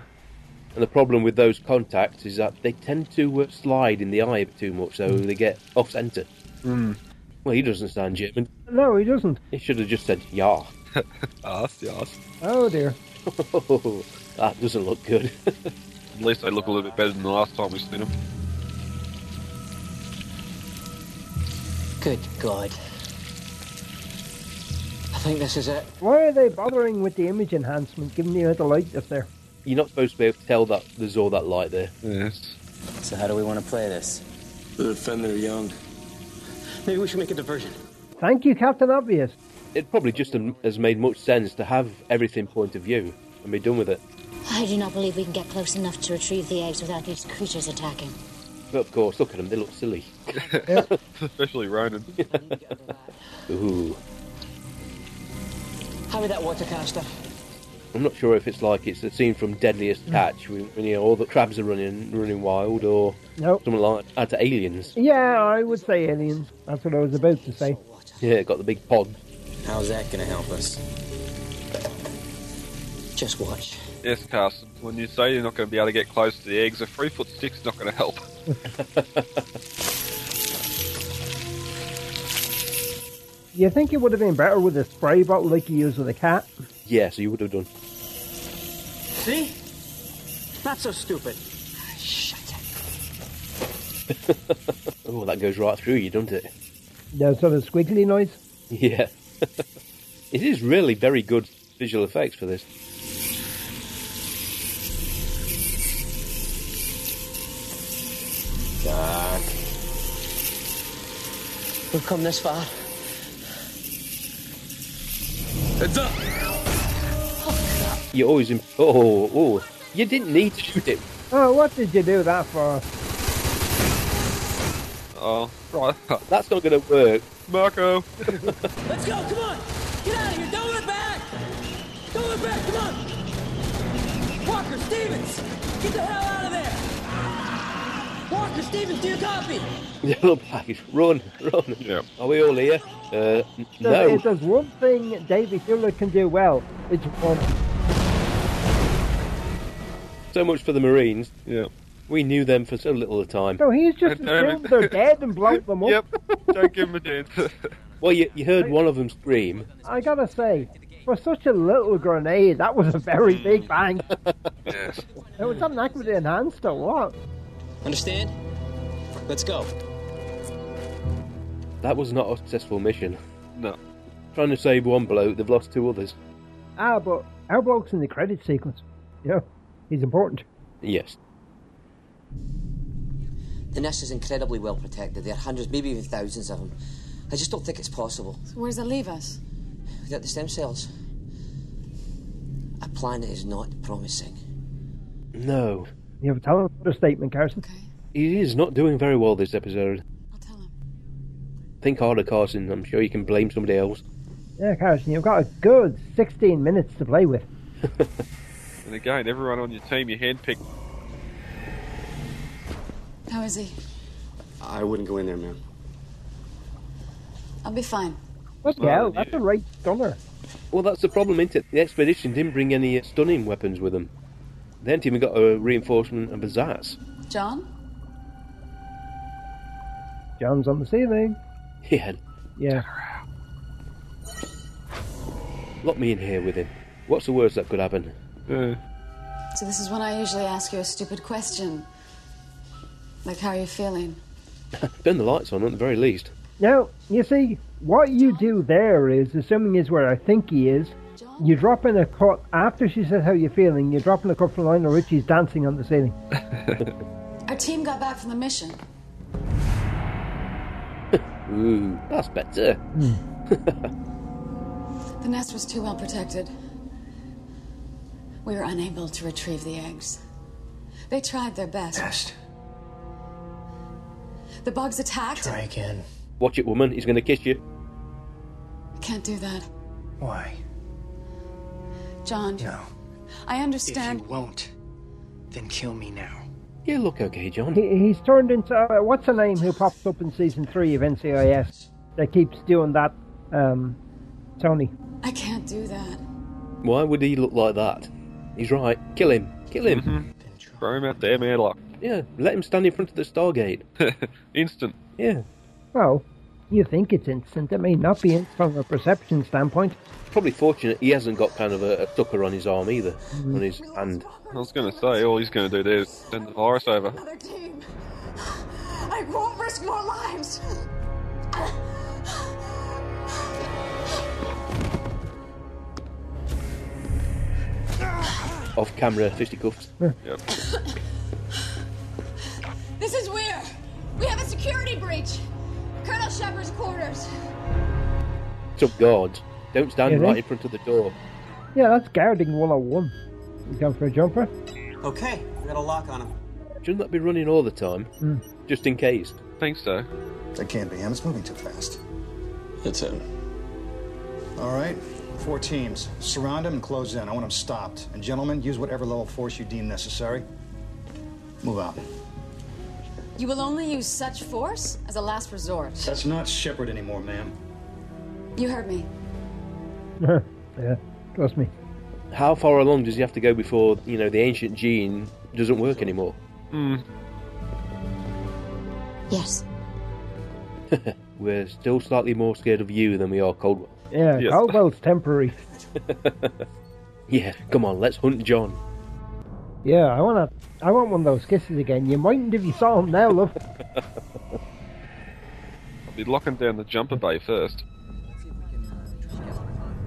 Speaker 4: And the problem with those contacts is that they tend to uh, slide in the eye too much, so they get off centre.
Speaker 3: Mm.
Speaker 4: Well, he doesn't stand German.
Speaker 2: No, he doesn't.
Speaker 4: He should have just said, yeah.
Speaker 3: Ass, yes.
Speaker 2: Oh dear.
Speaker 4: that doesn't look good.
Speaker 3: At least they look a little bit better than the last time we seen them.
Speaker 9: Good God. I think this is it.
Speaker 2: Why are they bothering with the image enhancement, giving you the light up there?
Speaker 4: You're not supposed to be able to tell that there's all that light there.
Speaker 3: Yes.
Speaker 19: So, how do we want to play this?
Speaker 18: They defend their young.
Speaker 17: Maybe we should make a diversion.
Speaker 2: Thank you, Captain Obvious.
Speaker 4: It probably just am- has made much sense to have everything point of view and be done with it.
Speaker 12: I do not believe we can get close enough to retrieve the eggs without these creatures attacking.
Speaker 4: But of course, look at them, they look silly.
Speaker 5: Especially Ronan.
Speaker 4: Ooh.
Speaker 10: Hurry that water canister.
Speaker 4: I'm not sure if it's like it's the scene from Deadliest
Speaker 10: Mm.
Speaker 4: Catch when, when you know, all the crabs are running running wild or
Speaker 2: Nope.
Speaker 4: something like that to aliens.
Speaker 2: Yeah, I would say aliens. That's what I was about to say.
Speaker 4: Yeah, got the big pod.
Speaker 19: How's that gonna help us?
Speaker 17: Just watch.
Speaker 5: Yes, Carson. When you say you're not going to be able to get close to the eggs, a three foot stick's not going to help.
Speaker 2: You think it would have been better with a spray bottle like you use with a cat?
Speaker 4: Yeah, so you would have done.
Speaker 17: See? Not so stupid.
Speaker 4: Oh, that goes right through you, doesn't it?
Speaker 2: That sort of squiggly noise?
Speaker 4: Yeah. it is really very good visual effects for this.
Speaker 17: Doc. We've come this far.
Speaker 18: It's up!
Speaker 4: You always. Imp- oh, oh. You didn't need to shoot it.
Speaker 2: Oh, what did you do that for?
Speaker 5: Oh, right.
Speaker 4: That's not going to work.
Speaker 5: Marco!
Speaker 10: Let's go, come on! Get out of here, don't look back! Don't look back, come on! Walker, Stevens! Get the hell out of there! Walker, Stevens, do you copy?
Speaker 4: Yellow Blaze, run, run. Are we all here? Uh, n-
Speaker 2: So
Speaker 4: no.
Speaker 2: If there's one thing David Hewlett can do well, it's one.
Speaker 4: So much for the Marines. Yeah. We knew them for so little a time.
Speaker 2: No, he's just assumed they're dead and blown them up.
Speaker 5: Don't give him a chance.
Speaker 4: well, you, you heard one of them scream.
Speaker 2: I gotta say, for such a little grenade, that was a very big bang.
Speaker 5: Yes.
Speaker 2: it was something that could be enhanced or what?
Speaker 19: Understand? Let's go.
Speaker 4: That was not a successful mission.
Speaker 5: No.
Speaker 4: Trying to save one bloke, they've lost two others.
Speaker 2: Ah, but our bloke's in the credit sequence. Yeah, he's important.
Speaker 4: Yes.
Speaker 9: The nest is incredibly well protected. There are hundreds, maybe even thousands of them. I just don't think it's possible.
Speaker 13: So where's that leave us?
Speaker 9: Without the stem cells, a plan is not promising.
Speaker 4: No.
Speaker 2: You have a talent for a statement, Carson.
Speaker 4: He is not doing very well this episode. I'll tell him. Think harder, Carson. I'm sure you can blame somebody else.
Speaker 2: Yeah, Carson, you've got a good 16 minutes to play with.
Speaker 5: And again, everyone on your team, you handpicked.
Speaker 13: How is he?
Speaker 17: I wouldn't go in there, man.
Speaker 13: I'll be fine.
Speaker 2: What the hell? That's a right stunner.
Speaker 4: Well, that's the problem, isn't it? The expedition didn't bring any uh, stunning weapons with them. They hadn't even got a reinforcement and bazaars.
Speaker 13: John?
Speaker 2: John's on the ceiling.
Speaker 4: Yeah,
Speaker 2: Yeah.
Speaker 4: lock me in here with him. What's the worst that could happen?
Speaker 13: So this is when I usually ask you a stupid question. Like, how are you feeling?
Speaker 4: Turn the lights on at the very least.
Speaker 2: Now, you see, what you do there is, assuming he's where I think he is, you drop in a cut after she says how you're feeling, you drop in a cut from Lionel Richie's dancing on the ceiling.
Speaker 13: Our team got back from the mission.
Speaker 4: Ooh, that's better.
Speaker 13: The nest was too well protected. We were unable to retrieve the eggs. They tried their best.
Speaker 11: Nest.
Speaker 13: The bugs attacked.
Speaker 11: Try again.
Speaker 4: Watch it, woman. He's going to kiss you.
Speaker 13: I can't do that.
Speaker 11: Why?
Speaker 13: John,
Speaker 11: No.
Speaker 13: I understand.
Speaker 11: If you won't, then kill me now.
Speaker 4: You look okay, John.
Speaker 2: He, he's turned into uh, what's the name who pops up in season three of NCIS that keeps doing that, um, Tony.
Speaker 13: I can't do that.
Speaker 4: Why would he look like that? He's right. Kill him. Kill him.
Speaker 5: Throw him out there, man. Like,
Speaker 4: Yeah, let him stand in front of the Stargate.
Speaker 5: instant.
Speaker 4: Yeah.
Speaker 2: Well, you think it's instant. It may not be instant from a perception standpoint.
Speaker 4: Probably fortunate he hasn't got kind of a, a tucker on his arm either, on his hand.
Speaker 5: I was going to say, all he's going to do there is send the virus over.
Speaker 13: Another team. I won't risk more lives.
Speaker 4: Off camera, fisticuffs.
Speaker 5: Yep.
Speaker 13: This is where we have a security breach. Colonel Shepard's quarters.
Speaker 4: picked up guards. Don't stand
Speaker 2: Yeah,
Speaker 4: right
Speaker 2: they-
Speaker 4: in front of the door.
Speaker 2: Yeah, that's guarding 101. You going for a jumper?
Speaker 20: Okay, I got a lock on him.
Speaker 4: Shouldn't that be running all the time?
Speaker 2: Mm.
Speaker 4: Just in case.
Speaker 3: Think so.
Speaker 14: That can't be him. It's moving too fast.
Speaker 17: It's him.
Speaker 14: All right, four teams. Surround him and close in. I want him stopped. And gentlemen, use whatever level of force you deem necessary. Move out.
Speaker 13: You will only use such force as a last resort.
Speaker 14: That's not Shepard anymore, ma'am.
Speaker 13: You heard me.
Speaker 2: yeah, trust me.
Speaker 4: How far along does he have to go before you know the ancient gene doesn't work anymore?
Speaker 12: Yes.
Speaker 4: We're still slightly more scared of you than we are Coldwell.
Speaker 2: Yeah,
Speaker 4: Yes.
Speaker 2: Caldwell's temporary.
Speaker 4: Yeah, come on, let's hunt John.
Speaker 2: Yeah, I want to. I want one of those kisses again. You mightn't if you saw him now, love.
Speaker 3: I'll be locking down the jumper bay first.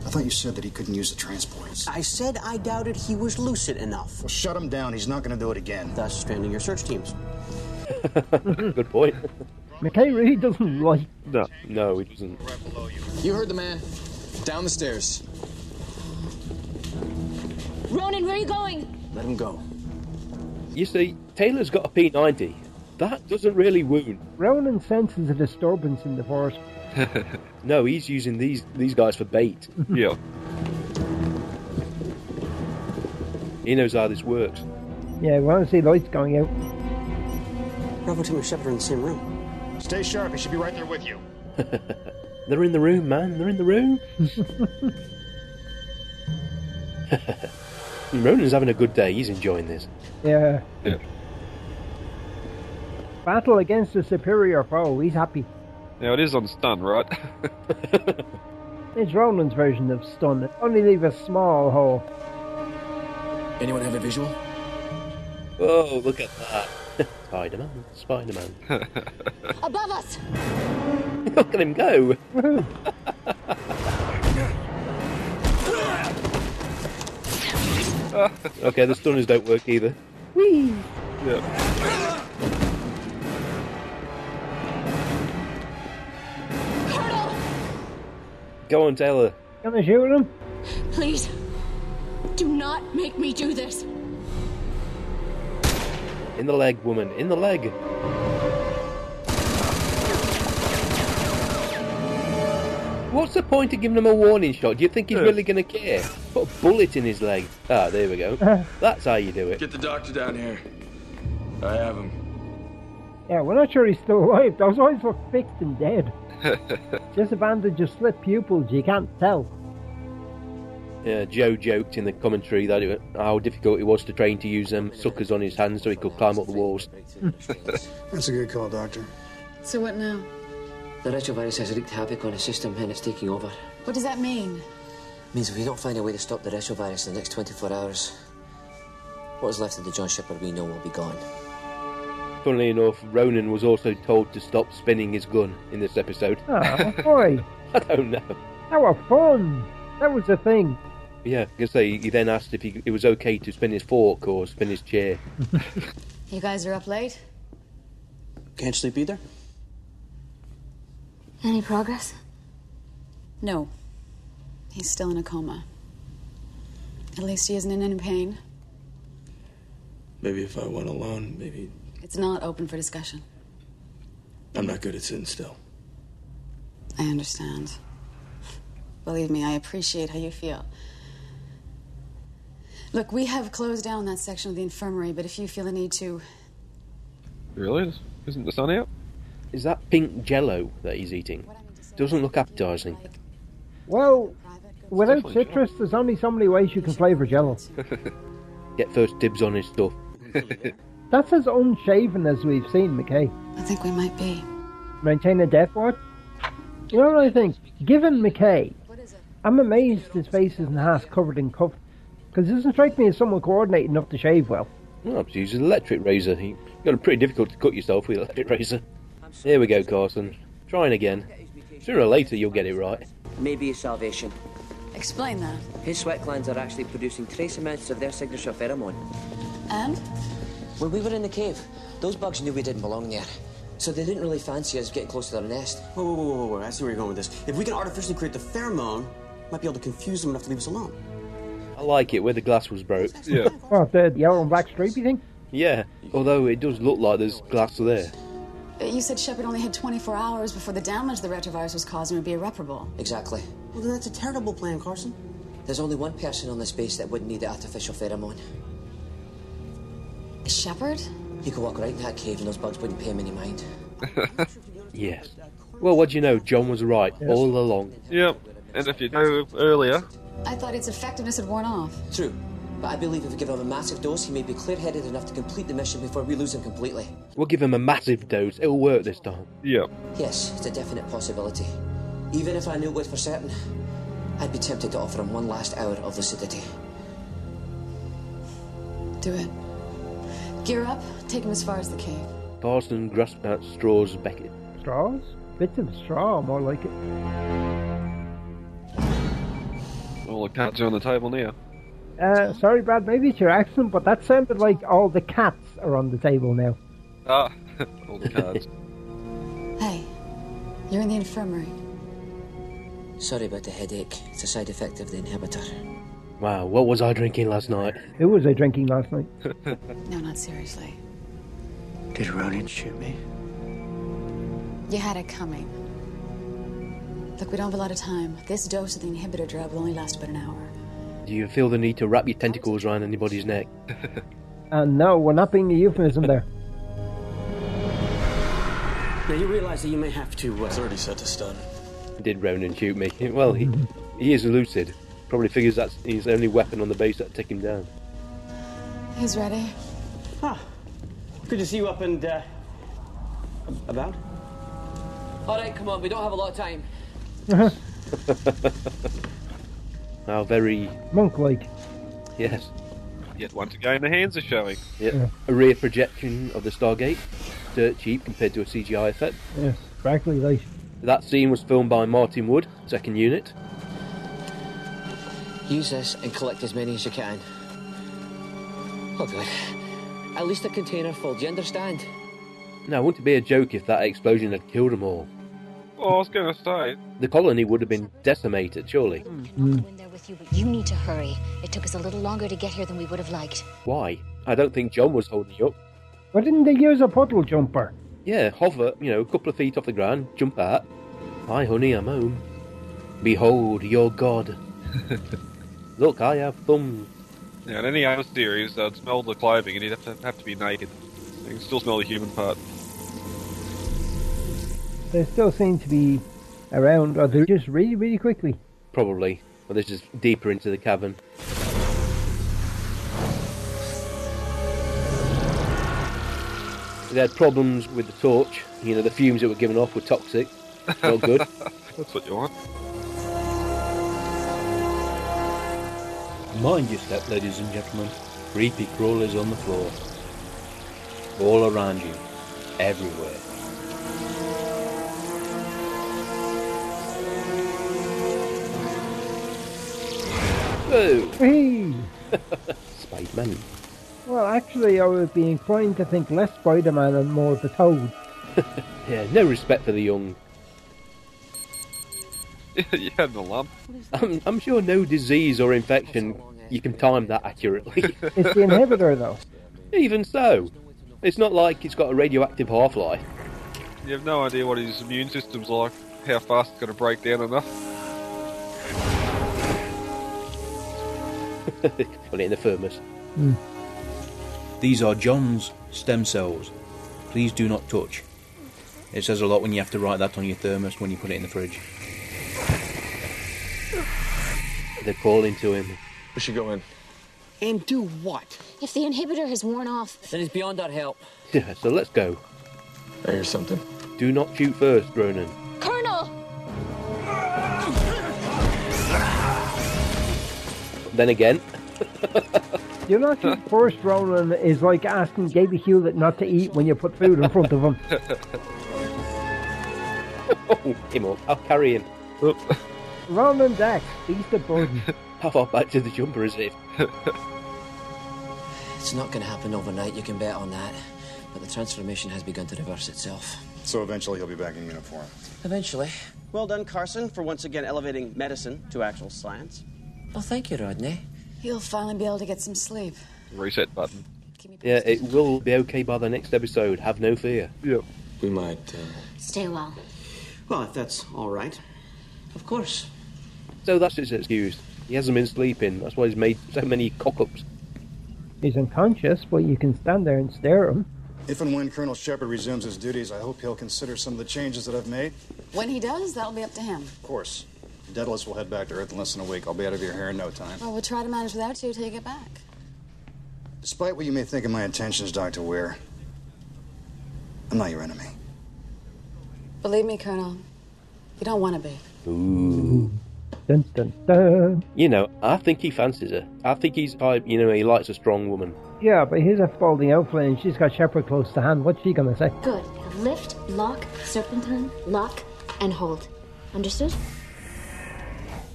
Speaker 14: I thought you said that he couldn't use the transporters.
Speaker 20: I said I doubted he was lucid enough.
Speaker 14: Well, shut him down. He's not going to do it again.
Speaker 20: Thus, stranding your search teams.
Speaker 4: Good point.
Speaker 2: McKay really doesn't like.
Speaker 4: No, no, he doesn't.
Speaker 21: You heard the man. Down the stairs.
Speaker 12: Ronan, where are you going?
Speaker 4: Let him go. You see, Taylor's got a P90. That doesn't really wound.
Speaker 2: Ronan senses a disturbance in the forest.
Speaker 4: no, he's using these these guys for bait.
Speaker 3: Yeah.
Speaker 4: He knows how this works.
Speaker 2: Yeah, we want to see lights going out.
Speaker 20: Bravo Team and Shepard are in the same room.
Speaker 14: Stay sharp. He should be right there with you.
Speaker 4: They're in the room, man. They're in the room. Ronan's having a good day. He's enjoying this.
Speaker 2: Yeah.
Speaker 3: Yeah.
Speaker 2: Battle against a superior foe. He's happy.
Speaker 3: Now it is on stun, right?
Speaker 2: It's Ronan's version of stun. Only leave a small hole.
Speaker 17: Anyone have a visual?
Speaker 4: Oh, look at that. Spider Man. Spider Man.
Speaker 12: Above us!
Speaker 4: look at him go. okay, the stunners don't work either.
Speaker 2: Whee!
Speaker 3: Yeah.
Speaker 4: Go on, Taylor.
Speaker 2: Can I shoot him?
Speaker 12: Please, do not make me do this.
Speaker 4: In the leg, woman. In the leg. What's the point of giving him a warning shot? Do you think he's
Speaker 18: Yeah.
Speaker 4: really going to care? Put a bullet in his leg. Ah, there we go. That's how you do it.
Speaker 18: Get the doctor down here. I have him.
Speaker 2: Yeah, we're not sure he's still alive. Those eyes look fixed and dead. Just a bandage of slit pupils. You can't tell.
Speaker 4: Uh, Joe joked in the commentary that it, how difficult it was to train to use um, suckers on his hands so he could climb up the walls.
Speaker 14: That's a good call, Doctor.
Speaker 13: So what now?
Speaker 9: The retrovirus has wreaked havoc on the system and it's taking over.
Speaker 13: What does that mean?
Speaker 9: Means if we don't find a way to stop the retrovirus in the next 24 hours, what is left of the John Shepard we know will be gone.
Speaker 4: Funnily enough, Ronan was also told to stop spinning his gun in this episode.
Speaker 2: Oh boy,
Speaker 4: I don't know.
Speaker 2: that was fun. That was the thing.
Speaker 4: Yeah, because they he then asked if he, it was okay to spin his fork or spin his chair.
Speaker 13: You guys are up late?
Speaker 20: Can't sleep either?
Speaker 12: Any progress?
Speaker 13: No. He's still in a coma. At least he isn't in any pain.
Speaker 22: Maybe if I went alone, maybe
Speaker 13: It's not open for discussion.
Speaker 22: I'm not good at sitting still.
Speaker 13: I understand. Believe me, I appreciate how you feel. Look, we have closed down that section of the infirmary, but if you feel the need to.
Speaker 3: really? Isn't the sun out?
Speaker 4: Is that pink jello that he's eating? Doesn't look appetizing.
Speaker 2: Well, without
Speaker 4: Definitely
Speaker 2: citrus, there's only so many ways you can flavour jello.
Speaker 4: Get first dibs on his stuff.
Speaker 2: That's as unshaven as we've seen, McKay.
Speaker 13: I think we might be.
Speaker 2: Maintain a death ward? You know what I think? Given McKay, I'm amazed his face isn't half covered in cuff. Because it doesn't strike me as someone coordinated enough to shave well.
Speaker 4: Oh, I was using an electric razor. You got it pretty difficult to cut yourself with an electric razor. There we go, Carson. Trying again. Sooner or later, you'll get it right.
Speaker 21: Maybe his salvation.
Speaker 13: Explain that.
Speaker 21: His sweat glands are actually producing trace amounts of their signature pheromone.
Speaker 13: And?
Speaker 21: When we were in the cave,
Speaker 9: Those bugs knew we didn't belong there, So they didn't really fancy us getting close to their nest.
Speaker 20: Whoa, whoa, whoa, whoa, whoa. I see where you're going with this. If we can artificially create the pheromone, might be able to confuse them enough to leave us alone.
Speaker 4: I like it where the glass was broke.
Speaker 5: Yeah.
Speaker 2: Oh, the yellow and black stripey thing?
Speaker 4: Yeah, although it does look like there's glass there.
Speaker 13: You said Shepard only had 24 hours before the damage the retrovirus was causing would be irreparable.
Speaker 9: Exactly.
Speaker 20: Well, then that's a terrible plan, Carson.
Speaker 9: There's only one person on this base that wouldn't need the artificial pheromone.
Speaker 13: Shepard?
Speaker 9: He could walk right in that cave and those bugs wouldn't pay him any mind.
Speaker 4: Yes. Well, what do you know? John was right
Speaker 5: Yes.
Speaker 4: all along.
Speaker 5: Yep. And if you know earlier,
Speaker 13: I thought its effectiveness had worn off.
Speaker 9: True. But I believe if we give him a massive dose, he may be clear headed enough to complete the mission before we lose him completely.
Speaker 4: We'll give him a massive dose. It'll work this time.
Speaker 5: Yeah.
Speaker 9: Yes, it's a definite possibility. Even if I knew it was for certain, I'd be tempted to offer him one last hour of lucidity.
Speaker 13: Do it. Gear up, take him as far as the cave.
Speaker 4: Carson grasped at straws Beckett.
Speaker 2: Straws? Bits of straw, more like it.
Speaker 5: all the cards are on the table now.
Speaker 2: Uh, sorry, Brad, maybe it's your accent, but that sounded like all the cats are on the table now.
Speaker 5: Ah, all the cards.
Speaker 13: Hey, you're in the infirmary.
Speaker 9: Sorry about the headache. It's a side effect of the inhibitor.
Speaker 4: Wow, what was I drinking last night?
Speaker 2: Who was I drinking last night?
Speaker 13: No, not seriously.
Speaker 9: Did Ronan shoot me?
Speaker 13: You had it coming. Look, we don't have a lot of time. This dose of the inhibitor drug will only last about an hour.
Speaker 4: Do you feel the need to wrap your tentacles around anybody's neck?
Speaker 2: And Uh, no, we're not being a euphemism there.
Speaker 20: Now you realize that you may have to. Uh, it's already set to stun.
Speaker 4: Did Ronan shoot me? Well, he, he is lucid. Probably figures that's his only weapon on the base that take him down.
Speaker 13: He's ready.
Speaker 20: Good to see you up and uh, ab- about.
Speaker 9: All right, come on. We don't have a lot of time.
Speaker 4: How very
Speaker 2: Monk like.
Speaker 4: yes.
Speaker 5: Yet once again, the hands are showing.
Speaker 4: Yep. A rear projection of the Stargate. Dirt cheap compared to a CGI effect.
Speaker 2: Yes, frankly, like.
Speaker 4: That scene was filmed by Martin Wood, second unit.
Speaker 9: Use this and collect as many as you can. Oh, good. At least a container full. Do you understand?
Speaker 4: Now, wouldn't it be a joke if that explosion had killed them all?
Speaker 5: Oh, I was going to say.
Speaker 4: The colony would have been decimated, surely.
Speaker 12: They're with you, but you need to hurry. It took us a little longer to get here than we would have liked.
Speaker 4: Why? I don't think John was holding you up.
Speaker 2: Why didn't they use a puddle jumper?
Speaker 4: Yeah, hover, you know, a couple of feet off the ground, jump out. Hi, honey, I'm home. Behold, your god. Look, I have thumbs.
Speaker 5: Now, in any other series, I'd smell the clothing and he'd have to, have to be naked. You can still smell the human part.
Speaker 2: They still seem to be around, or they're just really, really quickly.
Speaker 4: Probably. Well, this is deeper into the cavern. They had problems with the torch. You know, the fumes that were given off were toxic. Not good.
Speaker 5: That's what you want.
Speaker 1: Mind your step, ladies and gentlemen. Creepy crawlers on the floor. All around you. Everywhere.
Speaker 4: Whoa!
Speaker 2: Hey!
Speaker 4: Spider-Man.
Speaker 2: Well, actually, I would be inclined to think less Spider Man and more of the Toad.
Speaker 4: Yeah, no respect for the young.
Speaker 5: you had an alarm.
Speaker 4: I'm, I'm sure no disease or infection you can time that accurately.
Speaker 2: It's the inhibitor, though.
Speaker 4: Even so, it's not like it's got a radioactive half life.
Speaker 5: You have no idea what his immune system's like, how fast it's going to break down enough.
Speaker 4: well, in the thermos.
Speaker 1: These are John's stem cells. Please do not touch. It says a lot when you have to write that on your thermos when you put it in the fridge.
Speaker 4: They're calling to him.
Speaker 20: We should go in.
Speaker 9: And do what?
Speaker 12: If the inhibitor has worn off,
Speaker 9: Then it's beyond our help.
Speaker 4: Yeah, so let's go.
Speaker 20: I hear something.
Speaker 4: Do not shoot first, Ronan.
Speaker 12: Colonel!
Speaker 4: Then again,
Speaker 2: You know, I think Forrest Ronan is like asking Gaby Hewlett not to eat when you put food in front of him.
Speaker 4: oh, him up. I'll carry him.
Speaker 2: Ronan Dax, he's the burden.
Speaker 4: How far back to the jumper is it?
Speaker 9: It's not going to happen overnight, you can bet on that. But the transformation has begun to reverse itself.
Speaker 14: So eventually he'll be back in uniform.
Speaker 21: Eventually.
Speaker 20: Well done, Carson, for once again elevating medicine to actual science.
Speaker 21: Well, thank you, Rodney.
Speaker 13: You'll finally be able to get some sleep.
Speaker 5: Reset button.
Speaker 4: Yeah, it will be okay by the next episode. Have no fear.
Speaker 5: Yep.
Speaker 22: We might. Uh...
Speaker 12: Stay well.
Speaker 20: Well, if that's all right.
Speaker 21: Of course.
Speaker 4: So that's his excuse. He hasn't been sleeping. That's why he's made so many cock ups.
Speaker 2: He's unconscious, but you can stand there and stare at him.
Speaker 14: If and when Colonel Shepard resumes his duties, I hope he'll consider some of the changes that I've made.
Speaker 13: When he does, that'll be up to him.
Speaker 14: Of course. Daedalus will head back to Earth in less than a week. I'll be out of your hair in no time.
Speaker 13: Well, we'll try to manage without you till you get back.
Speaker 14: Despite what you may think of my intentions, Dr. Weir, I'm not your enemy.
Speaker 13: Believe me, Colonel, you don't want to be.
Speaker 4: Ooh.
Speaker 2: Dun, dun, dun.
Speaker 4: You know, I think he fancies her. I think he's type, you know, he likes a strong woman.
Speaker 2: Yeah, but here's a balding outfit and she's got Shepard close to hand. What's she gonna say?
Speaker 12: Good. Lift, lock, serpentine, lock, and hold. Understood?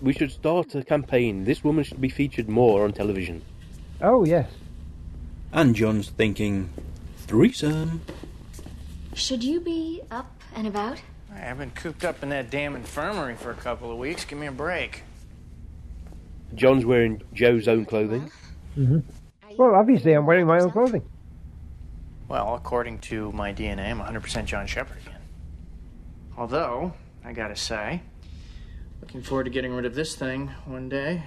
Speaker 4: We should start a campaign. This woman should be featured more on television.
Speaker 2: Oh, yes.
Speaker 1: And John's thinking, threesome.
Speaker 12: Should you be up and about?
Speaker 19: I've been cooped up in that damn infirmary for a couple of weeks. Give me a break.
Speaker 4: John's wearing Joe's own clothing.
Speaker 2: hmm Well, obviously, I'm wearing my own clothing.
Speaker 19: Well, according to my DNA, I'm 100% John Shepard again. Although, I gotta say, looking forward to getting rid of this thing one day.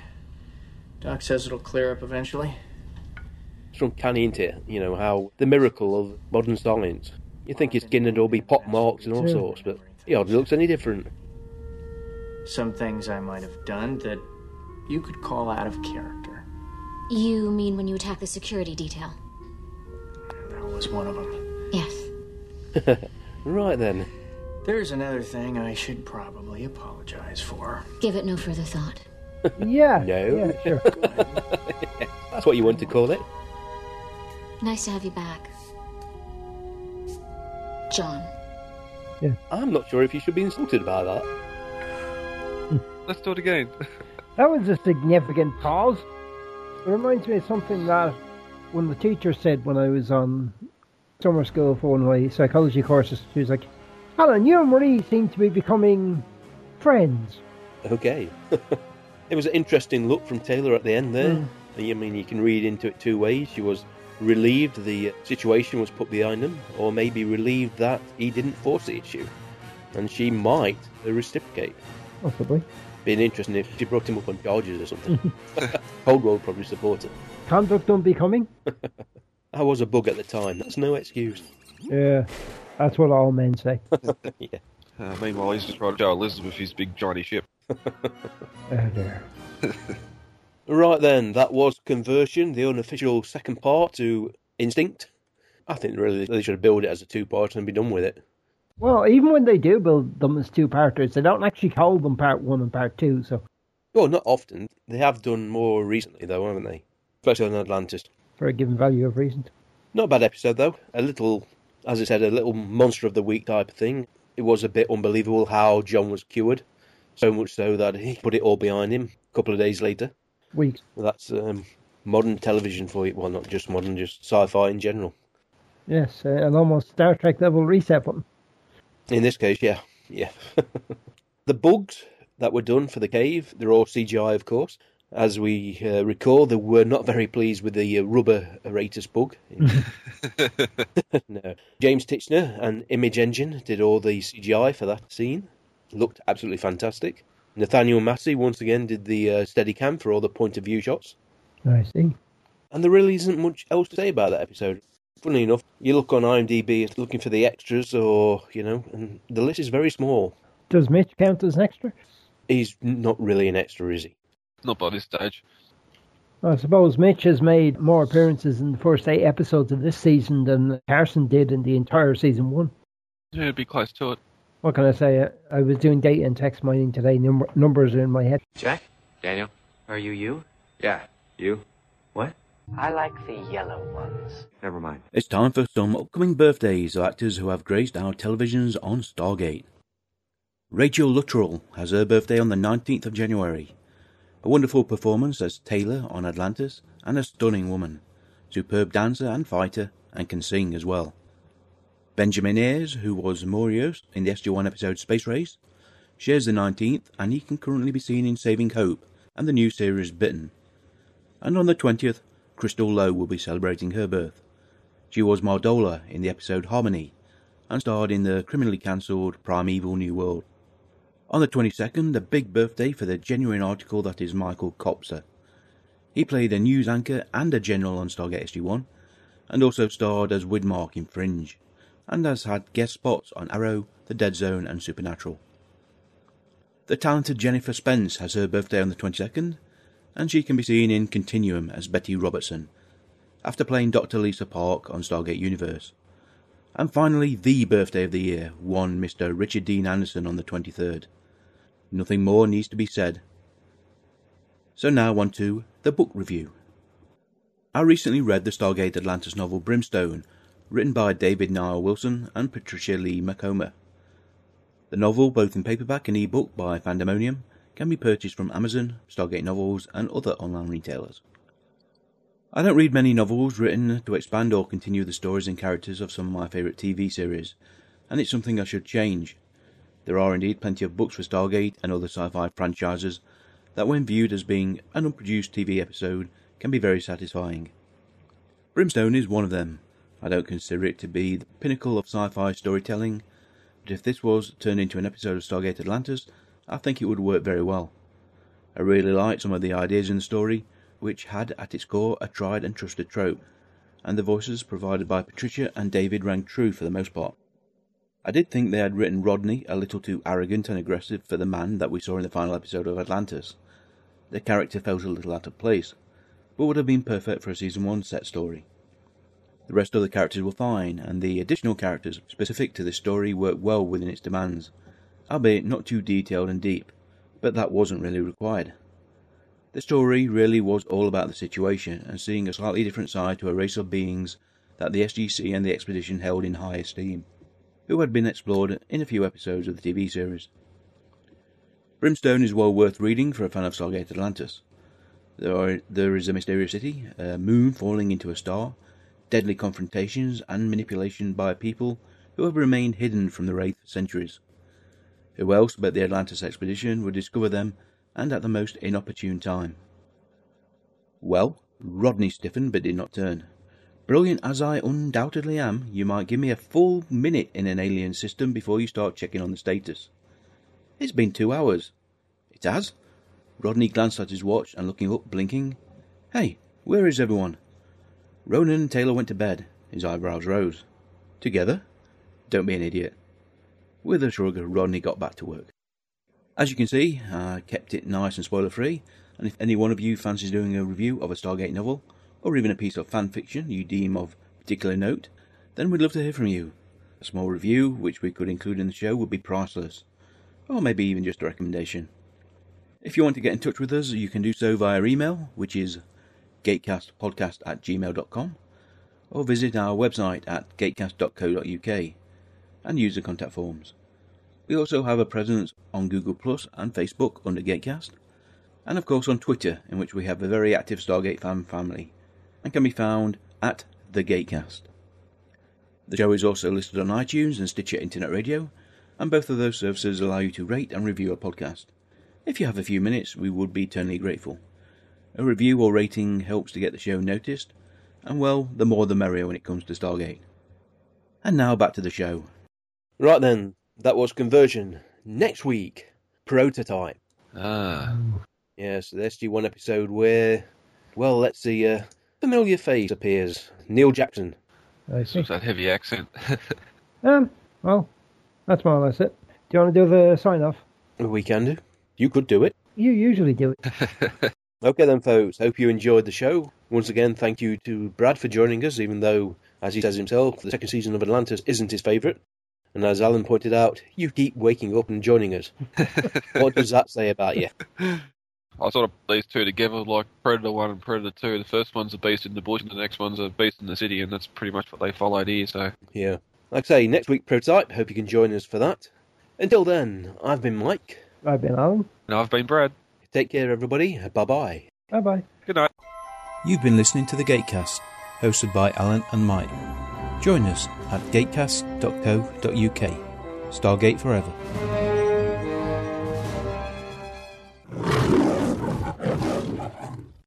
Speaker 19: Doc says it'll clear up eventually.
Speaker 4: It's uncanny, isn't it? You know, how the miracle of modern science. You think his skin would all be pot marks and all
Speaker 2: Yeah.
Speaker 4: sorts, but he hardly looks any different.
Speaker 19: Some things I might have done that you could call out of character.
Speaker 12: You mean when you attack the security detail?
Speaker 19: That was one of them.
Speaker 12: Yes.
Speaker 4: Right then.
Speaker 19: There's another thing I should probably apologize for.
Speaker 12: Give it no further thought.
Speaker 2: Yeah.
Speaker 4: No.
Speaker 2: Yeah, sure.
Speaker 4: That's what you want to call it.
Speaker 12: Nice to have you back. John.
Speaker 4: I'm not sure if you should be insulted by that.
Speaker 5: Let's do it again.
Speaker 2: That was a significant pause. It reminds me of something that when the teacher said when I was on summer school for one of my psychology courses, she was like, Alan, you and Marie seem to be becoming friends.
Speaker 4: Okay. it was an interesting look from Taylor at the end there. And you- I mean, you can read into it two ways. She was relieved the situation was put behind him, or maybe relieved that he didn't force the issue. And she might reciprocate.
Speaker 2: Possibly.
Speaker 4: Been interesting if she brought him up on charges or something. Holdwell would probably support it.
Speaker 2: Conduct unbecoming?
Speaker 4: I was a bug at the time. That's no excuse.
Speaker 2: Yeah. That's what all men say.
Speaker 4: yeah.
Speaker 5: Uh, meanwhile, he's just trying to show Elizabeth his big shiny ship.
Speaker 2: Oh, dear.
Speaker 4: Right then, that was Conversion, the unofficial second part to Instinct. I think really they should build it as a two part and be done with it.
Speaker 2: Well, even when they do build them as two parters, they don't actually call them part one and part two, so
Speaker 4: Well, not often. They have done more recently, though, haven't they? Especially on Atlantis.
Speaker 2: for a given value of reasons.
Speaker 4: Not a bad episode, though. A little, as I said, a little monster of the week type of thing. It was a bit unbelievable how John was cured. So much so that he put it all behind him a couple of days later.
Speaker 2: Weeks.
Speaker 4: Well, that's um, modern television for you. Well, not just modern, just sci fi in general.
Speaker 2: Yes, uh, an almost Star Trek level reset button.
Speaker 4: In this case, yeah, yeah. the bugs that were done for the cave, they're all CGI, of course. As we uh, recall, they were not very pleased with the uh, rubber eratus bug. no. James Titchener and Image Engine did all the CGI for that scene. Looked absolutely fantastic. Nathaniel Massey once again did the uh, steady cam for all the point of view shots.
Speaker 2: I see.
Speaker 4: And there really isn't much else to say about that episode. Funnily enough, you look on IMDb it's looking for the extras, or, you know, and the list is very small.
Speaker 2: Does Mitch count as an extra?
Speaker 4: He's not really an extra, is he?
Speaker 5: Not by this stage.
Speaker 2: I suppose Mitch has made more appearances in the first eight episodes of this season than Carson did in the entire season one.
Speaker 5: Yeah, it'd be close to it.
Speaker 2: What can I say? I I was doing data and text mining today. Num- numbers are in my head.
Speaker 6: Jack? Daniel? Are you you? Yeah, you. What? I like the yellow ones. Never mind.
Speaker 1: It's time for some upcoming birthdays of actors who have graced our televisions on Stargate. Rachel Luttrell has her birthday on the 19th of January. A wonderful performance as Taylor on Atlantis and a stunning woman. Superb dancer and fighter and can sing as well. Benjamin Ayres, who was Morios in the SG1 episode Space Race, shares the 19th, and he can currently be seen in Saving Hope and the new series Bitten. And on the 20th, Crystal Lowe will be celebrating her birth. She was Mardola in the episode Harmony and starred in the criminally cancelled Primeval New World. On the 22nd, a big birthday for the genuine article that is Michael Copser. He played a news anchor and a general on Stargate SG-1, and also starred as Widmark in Fringe, and has had guest spots on Arrow, The Dead Zone, and Supernatural. The talented Jennifer Spence has her birthday on the 22nd, and she can be seen in Continuum as Betty Robertson, after playing Dr. Lisa Park on Stargate Universe. And finally, the birthday of the year, one Mr. Richard Dean Anderson on the 23rd. Nothing more needs to be said. So now on to the book review. I recently read the Stargate Atlantis novel Brimstone, written by David Niall Wilson and Patricia Lee Macoma. The novel, both in paperback and ebook by Fandemonium, can be purchased from Amazon, Stargate Novels, and other online retailers. I don't read many novels written to expand or continue the stories and characters of some of my favourite TV series, and it's something I should change. There are indeed plenty of books for Stargate and other sci fi franchises that, when viewed as being an unproduced TV episode, can be very satisfying. Brimstone is one of them. I don't consider it to be the pinnacle of sci fi storytelling, but if this was turned into an episode of Stargate Atlantis, I think it would work very well. I really like some of the ideas in the story which had at its core a tried and trusted trope, and the voices provided by Patricia and David rang true for the most part. I did think they had written Rodney a little too arrogant and aggressive for the man that we saw in the final episode of Atlantis. The character felt a little out of place, but would have been perfect for a season 1 set story. The rest of the characters were fine, and the additional characters specific to this story worked well within its demands, albeit not too detailed and deep, but that wasn't really required. The story really was all about the situation and seeing a slightly different side to a race of beings that the SGC and the expedition held in high esteem, who had been explored in a few episodes of the TV series. Brimstone is well worth reading for a fan of Stargate Atlantis. There, are, there is a mysterious city, a moon falling into a star, deadly confrontations and manipulation by people who have remained hidden from the Wraith for centuries. Who else but the Atlantis expedition would discover them and at the most inopportune time. Well, Rodney stiffened but did not turn. Brilliant as I undoubtedly am, you might give me a full minute in an alien system before you start checking on the status. It's been two hours. It has? Rodney glanced at his watch and looking up, blinking. Hey, where is everyone? Ronan and Taylor went to bed. His eyebrows rose. Together? Don't be an idiot. With a shrug, Rodney got back to work. As you can see, I kept it nice and spoiler free, and if any one of you fancies doing a review of a Stargate novel, or even a piece of fan fiction you deem of particular note, then we'd love to hear from you. A small review, which we could include in the show, would be priceless, or maybe even just a recommendation. If you want to get in touch with us, you can do so via email, which is gatecastpodcast at gmail.com, or visit our website at gatecast.co.uk and use the contact forms. We also have a presence on Google Plus and Facebook under Gatecast, and of course on Twitter, in which we have a very active Stargate fan family, and can be found at the Gatecast. The show is also listed on iTunes and Stitcher Internet Radio, and both of those services allow you to rate and review a podcast. If you have a few minutes, we would be eternally grateful. A review or rating helps to get the show noticed, and well, the more the merrier when it comes to Stargate. And now back to the show.
Speaker 4: Right then, that was Conversion. Next week, Prototype.
Speaker 3: Ah.
Speaker 4: Yes, the SG1 episode where, well, let's see, a familiar face appears. Neil Jackson.
Speaker 2: I see.
Speaker 3: That heavy accent.
Speaker 2: Um, well, that's more or less it. Do you want to do the sign off?
Speaker 4: We can do. You could do it.
Speaker 2: You usually do it.
Speaker 4: Okay then, folks. Hope you enjoyed the show. Once again, thank you to Brad for joining us, even though, as he says himself, the second season of Atlantis isn't his favourite. And as Alan pointed out, you keep waking up and joining us. what does that say about you?
Speaker 5: I sort of put these two together, like Predator 1 and Predator 2. The first one's a beast in the bush, and the next one's a beast in the city, and that's pretty much what they followed here, so.
Speaker 4: Yeah. Like I say, next week prototype. Hope you can join us for that. Until then, I've been Mike.
Speaker 2: I've been Alan.
Speaker 5: And I've been Brad.
Speaker 4: Take care, everybody. Bye bye.
Speaker 2: Bye bye.
Speaker 5: Good night.
Speaker 1: You've been listening to The Gatecast, hosted by Alan and Mike. Join us at gatecast.co.uk. Stargate Forever.